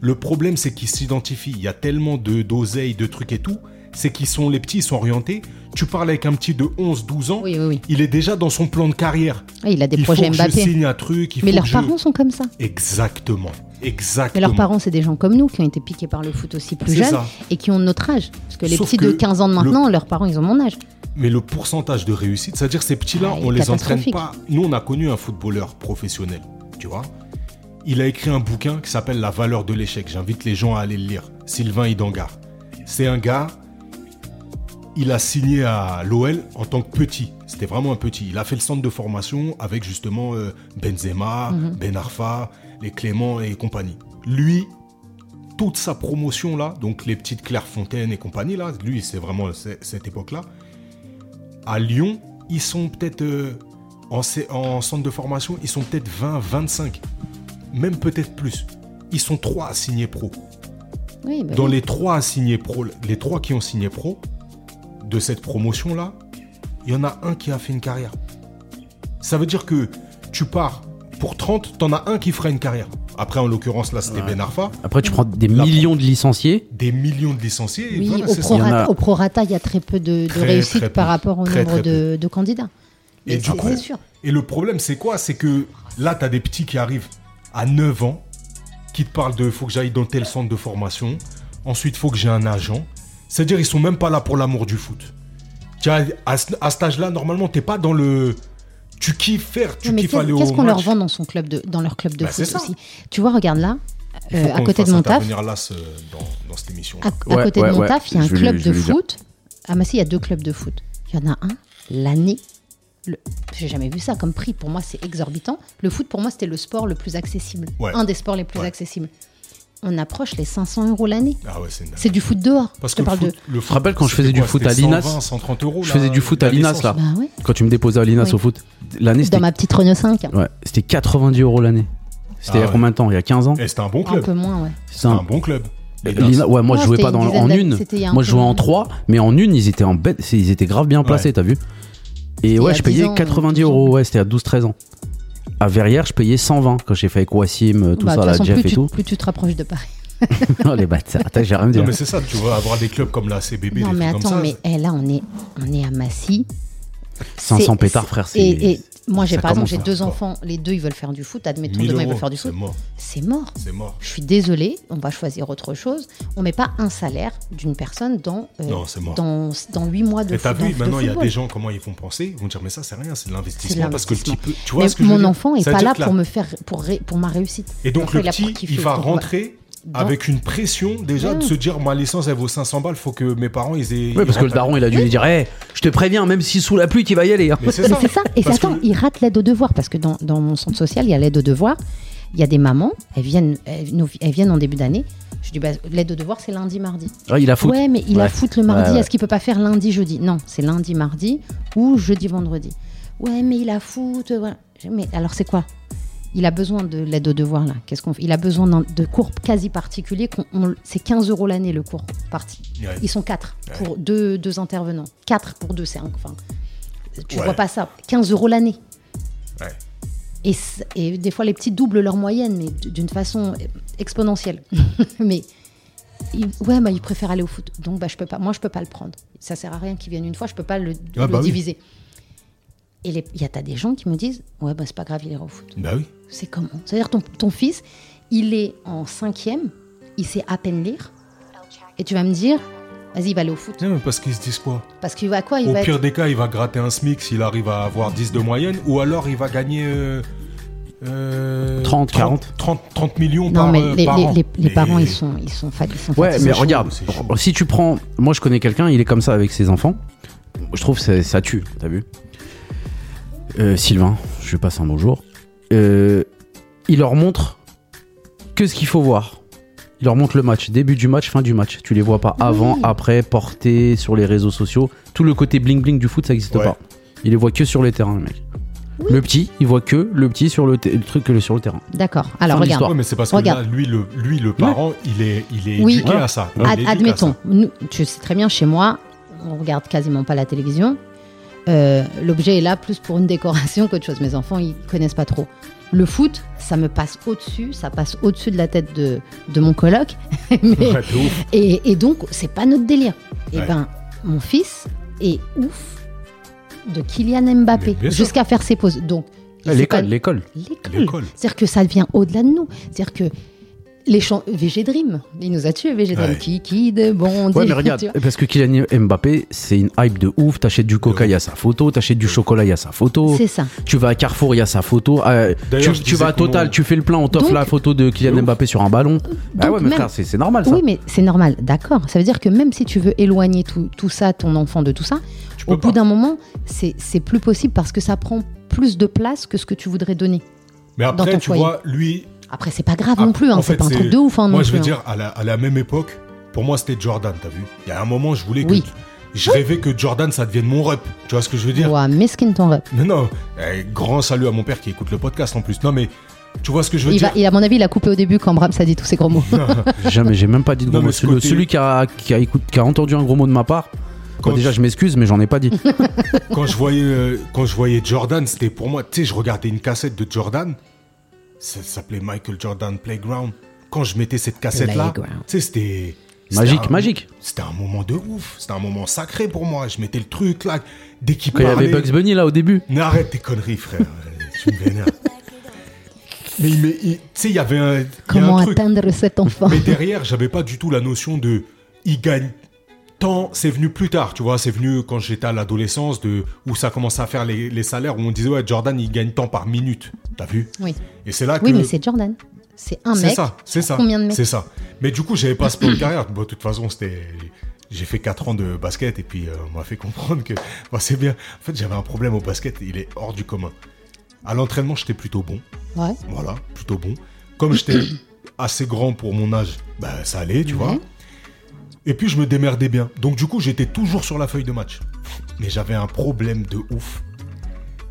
Le problème, c'est qu'ils s'identifient. Il y a tellement de d'oseilles, de trucs et tout. C'est qu'ils sont, les petits, ils sont orientés. Tu parles avec un petit de 11, 12 ans. Oui, oui, oui. Il est déjà dans son plan de carrière. Ah, il a des il faut projets que je Mbappé. signe un truc. Il Mais faut leurs que je- parents sont comme ça. Exactement. Mais Exactement. leurs parents, c'est des gens comme nous qui ont été piqués par le foot aussi plus C'est jeunes ça. et qui ont notre âge. Parce que les Sauf petits que de 15 ans de le- maintenant, leurs parents, ils ont mon âge. Mais le pourcentage de réussite, c'est-à-dire ces petits-là, Ah, il est on les entraîne catastrophique. pas. Nous, on a connu un footballeur professionnel, tu vois. Il a écrit un bouquin qui s'appelle La valeur de l'échec. J'invite les gens à aller le lire. Sylvain Idanga. C'est un gars, il a signé à l'OL en tant que petit. C'était vraiment un petit. Il a fait le centre de formation avec justement euh, Benzema, Mhm. Ben Arfa, les Clément et compagnie. Lui, toute sa promotion là, donc les petites Clairefontaine et compagnie là, lui c'est vraiment c- cette époque là. À Lyon, ils sont peut-être euh, en, sé- en centre de formation, ils sont peut-être 20, 25, même peut-être plus. Ils sont trois à signer pro. Oui, bah Dans oui. les trois à signer pro, les trois qui ont signé pro de cette promotion là, il y en a un qui a fait une carrière. Ça veut dire que tu pars pour 30, t'en as un qui fera une carrière. Après, en l'occurrence, là, c'était Ben Arfa Après, tu prends des La- millions de licenciés. des millions de licenciés. et Oui, voilà, au, c'est ça. Il y en prorata, a- au prorata, il y a très peu de, de Très, réussite très peu. par rapport au Très, nombre très peu. de, de candidats. Et Mais du c'est- coup, c'est sûr. et le problème, c'est quoi C'est que là, tu as des petits qui arrivent à 9 ans, qui te parlent de faut que j'aille dans tel centre de formation, ensuite faut que j'ai un agent. C'est-à-dire, ils sont même pas là pour l'amour du foot. Tu vois, à, ce- à cet âge-là, normalement, t'es pas dans le. Tu kiffes faire, tu Non, mais kiffes qu'est- aller au. qu'est-ce qu'on leur match. vend dans, son club de, dans leur club de Bah, c'est foot ça. aussi Tu vois, regarde là, Il faut euh, à qu'on côté de fasse mon taf, intervenir Lass, euh, dans, dans cette émission. à, à Ouais, côté ouais, de mon ouais. taf, il y a un Je vais lui- club je de vais lui dire. foot. À Massy, il y a deux clubs de foot. Il y en a un l'année. Le... J'ai jamais vu ça comme prix. Pour moi, c'est exorbitant. Le foot, pour moi, c'était le sport le plus accessible. Ouais. Un des sports les plus Ouais. accessibles. On approche les 500 euros l'année. Ah ouais, c'est une- C'est du foot dehors. Parce Je que te le parle foot, de. le foot, rappelle quand je c'était faisais du quoi foot C'était à l'INAS. 120, 130 euros. Je là, euh, faisais du foot à la l'INAS, licence, là. Bah ouais. Quand tu me déposais à l'INAS Oui. au foot, l'année, c'était Dans ma petite Renault 5, hein. ouais, c'était 90 euros l'année. Ah C'était il y a ouais. combien de temps Il y a 15 ans Et c'était un bon un club. peu moins, ouais. C'est C'était un- un bon club. L'INAS, ouais, moi Ouais, je jouais c'était pas dans- une dizaine en d'années, une. c'était il y a un Moi peu je jouais en moins. trois, mais en une ils étaient en bête, c'est- ils étaient grave bien placés, Ouais. t'as vu Et C'était il y ouais, a je payais 10 ans, 90 12 ans. euros, ouais, c'était à 12-13 ans. À Verrières, je payais 120 quand j'ai fait avec Wassim, euh, tout Bah, ça, de toute la façon, Jeff plus et tu, tout. plus tu te rapproches de Paris. oh les bâtards, Attends, j'ai rien dit. Non, mais c'est ça, tu vois, avoir des clubs comme la CBB, non, des mais trucs attends, comme ça. mais eh, là, on est, on est à Massy. 500 C'est- pétards, c'est- frère, c'est. Et, et moi, j'ai ça par exemple, commence hein. j'ai là, deux quoi. enfants. Les deux, ils veulent faire du foot. Admettons, 1000 demain, ils euros, veulent faire du c'est foot. mort, C'est mort. c'est mort. Je suis désolée, on va choisir autre chose. On met pas un salaire d'une personne dans, euh, Non, c'est mort. dans, dans 8 mois de Et t'as fo- vu, dans- de maintenant, il y a football. des gens, comment ils vont penser Ils vont dire, mais ça, c'est rien, c'est de C'est l'investissement. de Parce que le petit peu. Tu vois Mais ce que je veux mon dire enfant est Ça pas veut là dire que pour me faire pour, ré- pour ma réussite. Et donc, Enfin, le il a pour petit, kiffer, il va donc, rentrer Dans- avec une pression, déjà, de Mm. se dire, ma licence, elle vaut 500 balles, faut que mes parents, ils aient. Ouais, parce ils que le rentrent- daron, il a dû lui dire Eh, je te préviens, même si sous la pluie, tu vas y aller. hein. Mais c'est Mais ça. c'est ça. Et c'est- Parce que- attends, ils ratent l'aide aux devoirs parce que dans, dans mon centre social, il y a l'aide aux devoirs. Il y a des mamans, elles viennent, elles, nous- elles viennent en début d'année. Je dis, bah, l'aide aux devoirs, c'est lundi, mardi. Ah, il a foutu. Ouais, mais il a Ouais. foot le mardi. Ouais, ouais. Est-ce qu'il peut pas faire lundi, jeudi Non, c'est lundi, mardi ou jeudi, vendredi. Ouais, mais il a foot. euh, Voilà. Mais alors, c'est quoi Il a besoin de l'aide au devoir, là. Qu'est-ce qu'on fait Il a besoin d'un- de cours quasi particuliers. qu'on- on- C'est 15 euros l'année, le cours. Parti. Ouais. Ils sont 4 pour deux, deux intervenants. 4 pour 2, c'est un. Enfin, tu Ouais. vois pas ça. 15 euros l'année. Ouais. Et, c- et des fois, les petits doublent leur moyenne, mais d- d'une façon exponentielle. mais il- ouais, bah, il préfère aller au foot. Donc, bah, je peux pas, moi, je peux pas le prendre. Ça sert à rien qu'il vienne une fois, je peux pas le, Ah, le bah oui. diviser. Et les- il y a t'as des gens qui me disent Ouais, bah, c'est pas grave, il est au foot. Bah oui. C'est comment C'est-à-dire, ton, ton fils, il est en cinquième, il sait à peine lire. Et tu vas me dire, vas-y, il va aller au foot. Non, mais parce qu'ils se disent quoi Parce qu'il va quoi Il Au va être- pire des cas, il va gratter un SMIC s'il arrive à avoir 10 de moyenne, ou alors il va gagner. euh, euh, 30, 40. 30, 30 millions Non, par, mais euh, les, par les- an. les- les Et- parents, ils sont, ils sont, fat- ils sont Ouais, fatigués. mais chaud, regarde, c'est chaud. si tu prends. Moi, je connais quelqu'un, il est comme ça avec ses enfants. Je trouve que ça, ça tue, t'as vu Euh, Sylvain, je lui passe un bonjour. Euh, il leur montre que ce qu'il faut voir. Il leur montre le match, début du match, fin du match. Tu les vois pas avant, après, porté sur les réseaux sociaux. Tout le côté bling bling du foot, ça n'existe Ouais. pas. Il les voit que sur les terrains, le mec. Le petit, il voit que le petit sur le, te- le truc sur le terrain. D'accord. Alors, Fin de regarde. l'histoire. Ouais, mais c'est parce que Regarde. là, lui, le, lui, le parent, il est, il est Oui. éduqué Ouais. à ça. Il est Ad- éduqué à admettons, ça. nous- tu sais très bien, chez moi, on regarde quasiment pas la télévision. Euh, L'objet est là plus pour une décoration qu'autre chose. Mes enfants, ils connaissent pas trop. Le foot, ça me passe au-dessus, ça passe au-dessus de la tête de, de mon coloc. Mais- Ouais, de ouf. et, et donc, c'est pas notre délire. Et Ouais. ben, mon fils est ouf de Kylian Mbappé Mais bien sûr. jusqu'à faire ses pauses. Donc, il sait pas- Ah, L'école, l'école. l'école. L'école. C'est-à-dire que ça vient au-delà de nous. C'est-à-dire que les chants VG Dream, il nous a tués VG Dream, Ouais. qui qui de bon Ouais, Dieu, mais tu regarde, vois. parce que Kylian Mbappé, c'est une hype de ouf. T'achètes du coca, il y a sa photo. T'achètes du chocolat, il y a sa euh, photo. C'est ça. Tu vas à Carrefour, il y a sa photo. Euh, D'ailleurs, tu, je tu disais vas à qu'on- Total, tu fais le plein, on t'offre Donc- la photo de Kylian Mbappé sur un ballon. Bah Donc ouais, mais même- frère, c'est c'est normal ça. Oui, mais c'est normal, d'accord. Ça veut dire que même si tu veux éloigner tout, tout ça, ton enfant de tout ça, Tu peux au bout pas. d'un moment, c'est c'est plus possible parce que ça prend plus de place que ce que tu voudrais donner. Mais dans ton après, tu foyer. vois, lui, Après, c'est pas grave Ah, non plus, hein, en c'est fait, pas un c'est- truc de ouf. hein, moi, non je veux plus, hein. dire, à la, à la même époque, pour moi, c'était Jordan, t'as vu Il y a un moment, je voulais que. Oui. Je rêvais que Jordan, ça devienne mon rep. Tu vois ce que je veux dire Ouah, mesquine ton rep. Non, non. Eh, grand salut à mon père qui écoute le podcast en plus. Non, mais tu vois ce que je veux Il dire va, il, à mon avis, il a coupé au début quand Bram ça dit tous ces gros mots. Jamais, j'ai même pas dit de gros Non, mots. mais ce Celui, côté- celui qui, a, qui, a écout- qui a entendu un gros mot de ma part, Quand- bah, déjà je m'excuse, mais j'en ai pas dit. quand je voyais euh, quand je voyais Jordan, c'était pour moi, tu sais, je regardais une cassette de Jordan. Ça s'appelait Michael Jordan Playground. Quand je mettais cette cassette là, tu Playground. sais, c'était c'était Magique, un- magique. C'était un moment de ouf, c'était un moment sacré pour moi. Je mettais le truc là dès qu'il Quand il y parlait. avait Bugs Bunny là au début. Mais arrête tes conneries, frère. Euh, tu me vénères. Mais, il m'est- il- tu sais, il y avait un, il y a Comment un truc. atteindre cet enfant Mais derrière, j'avais pas du tout la notion de il gagne tant, c'est venu plus tard, tu vois, c'est venu quand j'étais à l'adolescence de où ça commençait à faire les, les salaires où on disait ouais, Jordan il gagne tant par minute, t'as vu Oui. Et c'est là que Oui, mais c'est Jordan. C'est un c'est mec. ça, c'est ça. Combien de mecs C'est ça. Mais du coup, j'avais pas ce plan de carrière. Bon, de toute façon, c'était j'ai fait 4 ans de basket et puis euh, on m'a fait comprendre que bon, c'est bien. En fait, j'avais un problème au basket, il est hors du commun. À l'entraînement, j'étais plutôt bon. Ouais. Voilà, plutôt bon. Comme j'étais assez grand pour mon âge, bah, ça allait, tu vois. Et puis je me démerdais bien. Donc du coup, j'étais toujours sur la feuille de match. Mais j'avais un problème de ouf.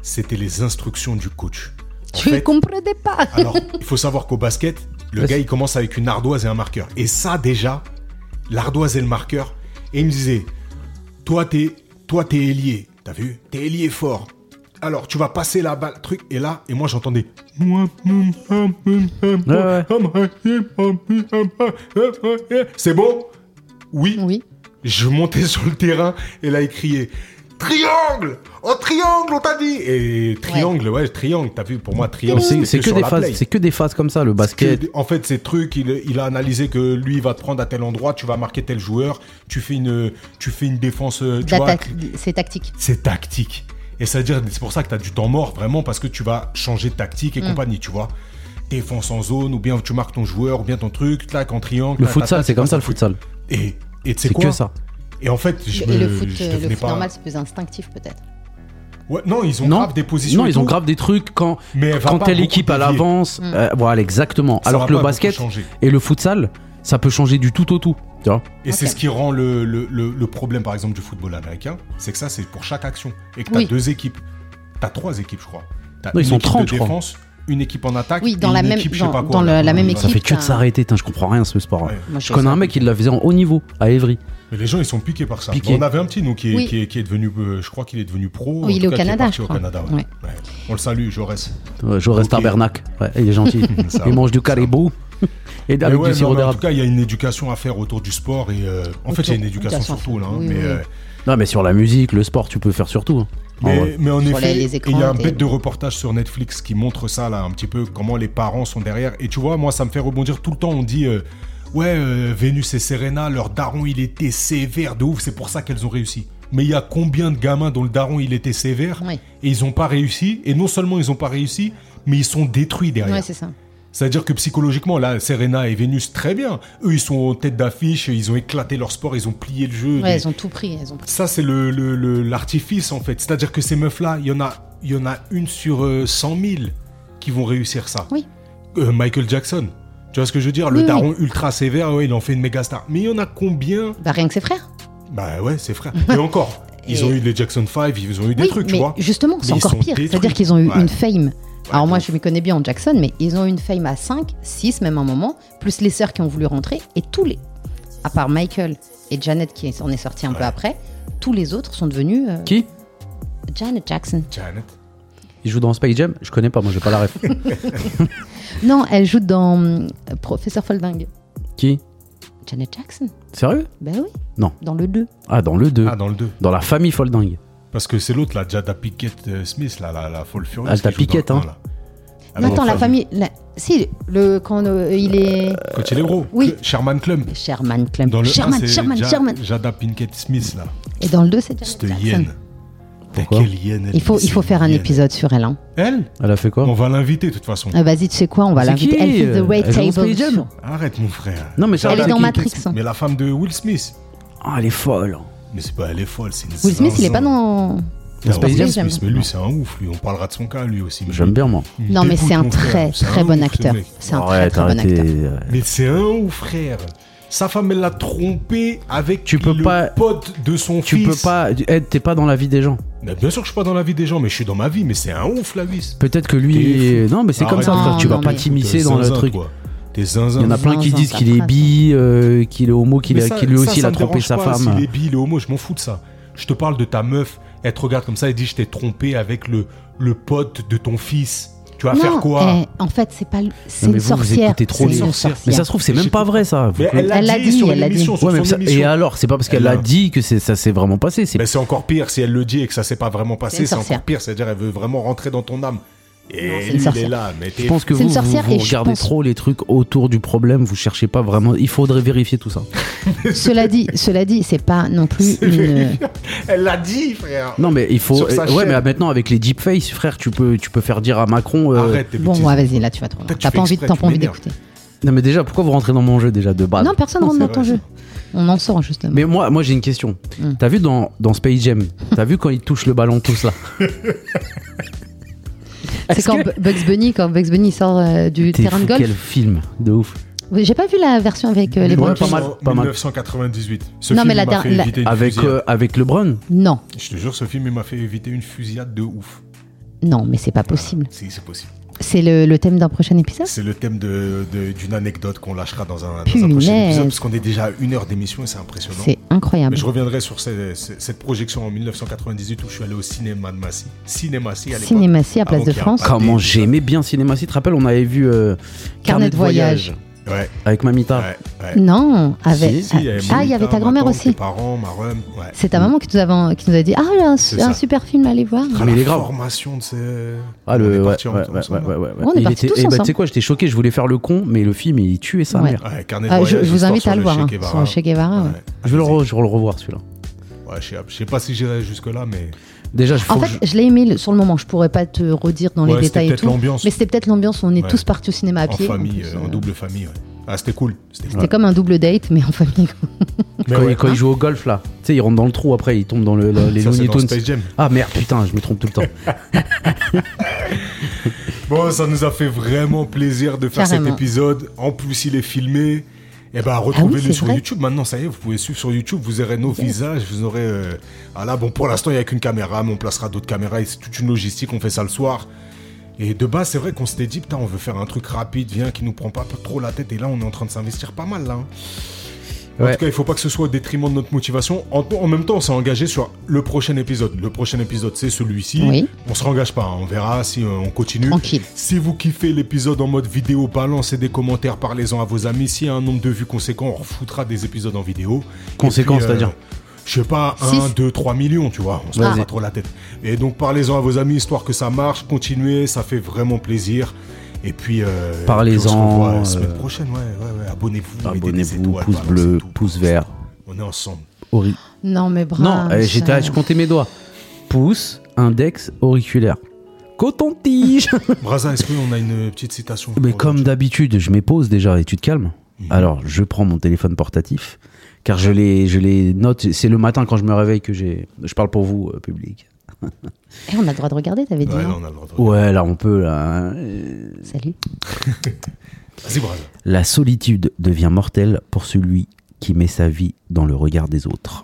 C'était les instructions du coach. En Tu fait, comprenais pas. alors, il faut savoir qu'au basket, le Vas-y. gars, il commence avec une ardoise et un marqueur. Et ça, déjà, l'ardoise et le marqueur. Et il me disait, toi, t'es, toi, t'es ailier. T'as vu T'es ailier fort. Alors, tu vas passer la balle, truc. Et là, et moi, j'entendais. C'est bon Oui. Oui. Je montais sur le terrain et là, il criait Triangle Oh, triangle, on t'a dit Et triangle, ouais, triangle, t'as vu, pour moi, triangle, C'est c'est c'était que sur des la phases, play. c'est que des phases comme ça, le Que, basket. en fait, ces trucs, il, il a analysé que lui, il va te prendre à tel endroit, tu vas marquer tel joueur, tu fais une, tu fais une défense. euh, Tu vois, D'attaque, C'est tactique. c'est tactique. Et c'est-à-dire, c'est pour ça que tu as du temps mort, vraiment, parce que tu vas changer de tactique et Mm. compagnie, tu vois. Défense en zone, ou bien tu marques ton joueur, ou bien ton truc, clac, en triangle. Le tac, tac, futsal, tac, c'est comme tu ça le passes futsal. un truc. Et, et tu sais C'est quoi que ça. Et en fait, je, Et me- le foot, je euh, le devenais foot pas. Ah, normal, c'est plus instinctif peut-être. Ouais, non, ils ont grave des positions. Non, et ils ont tout. grave des trucs quand, Mais elle va quand pas telle beaucoup équipe à dévier. l'avance. Mm. euh, voilà, exactement. Ça Alors va que le pas beaucoup basket changer. et le futsal, ça peut changer du tout au tout. Tu vois Et c'est Ok. ce qui rend le, le- le- le problème, par exemple, du football américain, c'est que ça, c'est pour chaque action. Et que t'as Oui. deux équipes. T'as trois équipes, je crois. T'as Non, ils une sont équipe 30, de je crois. défense, une équipe en attaque, Oui, dans et la une même- équipe, je dans- sais pas quoi, dans là. la- la même Ouais. équipe. Ça fait que de putain. s'arrêter. Putain, Je comprends rien ce sport. hein. Ouais. Moi, Je connais un mec qui la faisait en haut niveau à Évry. Mais les gens, ils sont piqués par ça. Piqués. On avait un petit, nous, qui est, Oui. qui est- qui est devenu, euh, je crois qu'il est devenu pro. en Oui, il tout est au cas, qui Canada, parti je au crois. Canada, ouais. Ouais. Ouais. On le salue, Jaurès. Euh, Je reste Ok. à Bernac. Ouais, il est gentil. Ça il va. mange du caribou et Mais avec ouais, non, du sirop mais en d'érable. tout cas, il y a une éducation à faire autour du sport. Et, euh, en fait, il y a une Autour- éducation autour- surtout là. hein, oui, mais, oui. euh, Non, mais sur la musique, le sport, tu peux faire sur tout. hein. En Mais, vrai. mais en Sur les- effet, les écrans, il y a un t'es- bête de reportage sur Netflix qui montre ça, là, un petit peu, comment les parents sont derrière. Et tu vois, moi, ça me fait rebondir tout le temps. On dit, euh, Ouais, euh, Vénus et Serena, leur daron, il était sévère de ouf, c'est pour ça qu'elles ont réussi. Mais il y a combien de gamins dont le daron, il était sévère Ouais. et ils n'ont pas réussi Et non seulement ils n'ont pas réussi, mais ils sont détruits derrière. Ouais, c'est ça. C'est-à-dire que psychologiquement, là, Serena et Vénus, très bien. Eux, ils sont en tête d'affiche, ils ont éclaté leur sport, ils ont plié le jeu. Ouais, des- elles ont tout pris. Elles ont pris. ça, c'est le- le- le- l'artifice, en fait. C'est-à-dire que ces meufs-là, il y, en a- il y en a une sur euh, 100 000 qui vont réussir ça. Oui. Euh, Michael Jackson. Tu vois ce que je veux dire Oui, Le oui. daron ultra sévère, ouais, il en fait une méga star. Mais il y en a combien Bah, rien que ses frères. Bah ouais, c'est frère. Et encore, ils Et- ont eu les Jackson 5, ils ont eu des oui, trucs, mais tu vois. justement, Mais c'est ils encore sont pire. détruits. C'est-à-dire qu'ils ont eu Ouais. une fame. Alors moi, donc- je m'y connais bien en Jackson, mais ils ont eu une fame à 5, 6 même un moment, plus les sœurs qui ont voulu rentrer, et tous les, à part Michael et Janet qui en est sorti un peu après, tous les autres sont devenus euh, Qui Janet Jackson. Janet. Il joue dans Spy Jam Je connais pas, moi j'ai pas la ref. Non, elle joue dans euh, Professeur Folding. Qui Janet Jackson Sérieux Ben oui. Non. Dans le 2. Ah, dans le 2. Ah, dans le 2. Dans la famille Folding. Parce que c'est l'autre, la Jada Pickett euh, Smith, là, la, la folle furieuse. Alta qui joue dans le Pickett, coin, hein. là. Non, Avec attends, le la frère. famille. la- Si, le, quand euh, il est. Quand il est gros. euh, Oui. Cl- Sherman Clump. Sherman Clem. Dans le un, Sherman, c'est Sherman, Ja- Sherman. Jada Pinkett Smith, là. Et dans le 2, c'est Cette Janet Jackson. hyène. T'as Pourquoi quelle hyène elle Il faut, est, il faut cette faire un hyène. épisode sur elle. hein. Elle Elle a fait quoi On va l'inviter, de toute façon. Ah, Vas-y, tu sais quoi, on va C'est l'inviter. qui, Elle fait euh, The Way elle joue dans Table. Space Jam sur- Arrête, mon frère. Non, mais Ah. Elle Jada est dans Pinkett Matrix. hein. Mais la femme de Will Smith. Ah, elle est folle. Mais c'est pas, elle est folle, c'est une Will Smith, il est zinzin. pas dans. Non, Space Will Jam, Smith, j'aime. mais lui, c'est un ouf, lui. On parlera de son cas, lui aussi. mais J'aime bien, moi. il me Non, mais dégoûte, c'est un mon frère. très, C'est un très bon ouf, ce acteur. mec. C'est un très, Arrête, très bon arrêtez. acteur. Mais c'est un ou frère. Sa femme, elle l'a trompé avec Tu peux le pas- pote de son Tu fils. peux pas. Ed, t'es pas dans la vie des gens. Mais bien sûr que je suis pas dans la vie des gens, mais je suis dans ma vie, mais c'est un ouf la vie. Peut-être que lui. T'es Ah, Non, mais c'est comme Arrête. ça, frère. Non, Tu vas non, pas mais- t'immiscer T'es dans le zinzin, truc. toi. T'es Il y zinzin. en a plein qui Zinzin, disent ça qu'il est crasse. bi, euh, qu'il est homo, qu'il a- Mais ça- qu'il lui ça, aussi il ça a me trompé dérange sa pas, femme. S'il est bi, il est homo, je m'en fous de ça. Je te parle de ta meuf, elle te regarde comme ça et dit Je t'ai trompé avec le, le pote de ton fils. Tu vas faire quoi eh, En fait, c'est pas. le- C'est mais une vous, vous sorcière. écoutez trop C'est les une sorcières. sorcière. Mais ça se trouve, c'est même pas vrai ça. Faut Mais que- elle l'a Elle l'a dit, dit, sur elle l'a dit. l'émission, sur Ouais, son mais ça- émission. Et alors, c'est pas parce qu'elle Elle a a- Bah, dit que c'est- ça s'est vraiment passé. C'est Mais c'est encore pire si elle le dit et que ça s'est pas vraiment C'est passé, une c'est encore sorcière. pire, c'est-à-dire elle veut vraiment rentrer dans ton âme. Et Non, c'est une lui, il est sorcière. là, mais t'es Je pense que C'est vous, une vous- sorcière vous et je regardez pense- trop les trucs autour du problème, vous cherchez pas vraiment. Il faudrait vérifier tout ça. Cela dit, cela dit, c'est pas non plus une. Elle l'a dit, frère. Non, mais il faut. Sur sa euh, Ouais, chaîne. mais maintenant avec les deepfakes, frère, tu peux, tu peux faire dire à Macron. euh, Arrête tes Bon, bêtises. ouais, vas-y, là, tu vas trop. loin. Putain, tu T'as fais pas envie, exprès, t'as tu pas envie m'énerves. d'écouter. Non, mais déjà, pourquoi vous rentrez dans mon jeu déjà de base Non, personne Ah, Non, rentre dans c'est ton vrai, jeu. On en sort justement. Mais moi, moi j'ai une question. Mm. T'as vu dans, dans Space Jam, t'as vu quand ils touchent le ballon tous là C'est quand Bu- Bugs Bunny, quand Bugs Bunny sort euh, du T'es terrain fou, de golf. quel film de ouf. Oui, J'ai pas vu la version avec euh, Ouais, les Brown pas James. mal, pas mal. 1998. Ce Non, film mais la m'a der- fait la- éviter une Avec, fusillade. euh, avec LeBron Non, Je te jure, ce film il m'a fait éviter une fusillade de ouf. non, mais c'est pas possible. Si, c'est possible. C'est le, le thème d'un prochain épisode C'est le thème de- de- d'une anecdote qu'on lâchera dans un, dans un prochain Punaise. épisode, parce qu'on est déjà à une heure d'émission et c'est impressionnant. C'est incroyable. Mais je reviendrai sur ces- ces- cette projection en 1998 où je suis allé au cinéma de Massy. Cinémacy à l'époque. Cinématie à Place Avant de qu'il y ait un France. pas- Comment des- j'aimais bien Cinéma. Si tu te rappelles, on avait vu euh, Carnet de voyage. Ouais, avec Mamita. ouais, ouais. Non, Si, avec. si, il y avait ah, mon il y avait père, ta ma grand-mère tante, aussi. Mes parents, ma rhum, ouais. C'est ta maman qui nous, avait, qui nous a dit Ah, il y a un, C'est un ça. super film, allez voir. Ah, Mais il la est grave. formation de ces... Ah le On est ouais partis ouais en- ouais ouais, ensemble. ouais, ouais. On est Il partis était- tous eh ben, tu sais ensemble. quoi j'étais choqué je voulais faire le con mais le film il tuait sa Ouais. mère. Ouais, carnet de Ah, je, voyage, je vous histoire invite sur à le le voir. Che hein, Guevara. sur le Che Guevara, ouais. Ouais. Je vais le, re- je vais le revoir celui-là. Ouais, je sais- je sais pas si j'irai jusque-là, mais. Déjà je faut En que fait, je, l'ai aimé le- sur le moment. Je pourrais pas te redire dans Ouais, c'était les détails et peut-être tout. l'ambiance. Mais c'était peut-être l'ambiance. On est Ouais. tous partis au cinéma à En pied. en famille, plus, euh, en euh, double famille, ouais. Ah, c'était cool. C'était cool. C'était comme un double date, mais en famille. je- Mais quand, ouais. il, quand il joue au golf là, tu sais il rentre dans le trou après il tombe dans le, le- les Ça, c'est Looney dans Tunes. Space Jam. Ah merde putain je me trompe tout le temps. Bon, ça nous a fait vraiment plaisir de faire cet Carrément. Ah épisode. En plus, il est filmé. Eh ben, retrouvez-le c'est sur vrai. YouTube. Maintenant, ça y est, vous pouvez suivre sur YouTube. Vous aurez nos visages. Vous aurez. euh, Ah là, bon, pour l'instant, il n'y a qu'une caméra, mais on placera d'autres caméras. et C'est toute une logistique. On fait ça le soir. Et de base, c'est vrai qu'on s'était dit, putain, on veut faire un truc rapide, viens, qui nous prend pas trop la tête. Et là, on est en train de s'investir pas mal, là. hein. En Ouais. tout cas, il faut pas que ce soit au détriment de notre motivation. En, en même temps, on s'est engagé sur le prochain épisode. Le prochain épisode, c'est celui-ci. Oui. On se engage pas, hein. on verra si euh, on continue. Tranquille. Si vous kiffez l'épisode en mode vidéo, balancez des commentaires, parlez-en à vos amis. S'il y a un nombre de vues conséquent, on refoutra des épisodes en vidéo. Conséquent, Et puis, euh, c'est-à-dire Je sais pas, Six. 1, 2, 3 millions, tu vois. On se prend Vas-y. pas trop la tête. Et donc, parlez-en à vos amis, histoire que ça marche. Continuez, ça fait vraiment plaisir. Et puis, euh, Parlez-en, puis on se revoit la semaine euh, prochaine, ouais, ouais, ouais. Abonnez-vous. mettez des Abonnez-vous, étoiles, pouce balancez bleu, tout. pouce vert. On est ensemble. Ori- Non, mais bravo. Non, euh, j'étais, à- je comptais mes doigts. Pouce, index, auriculaire. Coton-tige Braza, est-ce qu'on a une petite citation Mais pour comme aujourd'hui d'habitude, je m'épose déjà et tu te calmes. Mhm. Alors, je prends mon téléphone portatif, car je les, je les note. C'est le matin quand je me réveille que j'ai. Je parle pour vous, euh, public. Eh, on a le droit de regarder, t'avais dit. Ouais, là, non on a le droit de regarder. Ouais, là, on peut. Là, hein. Salut. Vas-y, Braza. La solitude devient mortelle pour celui qui met sa vie dans le regard des autres.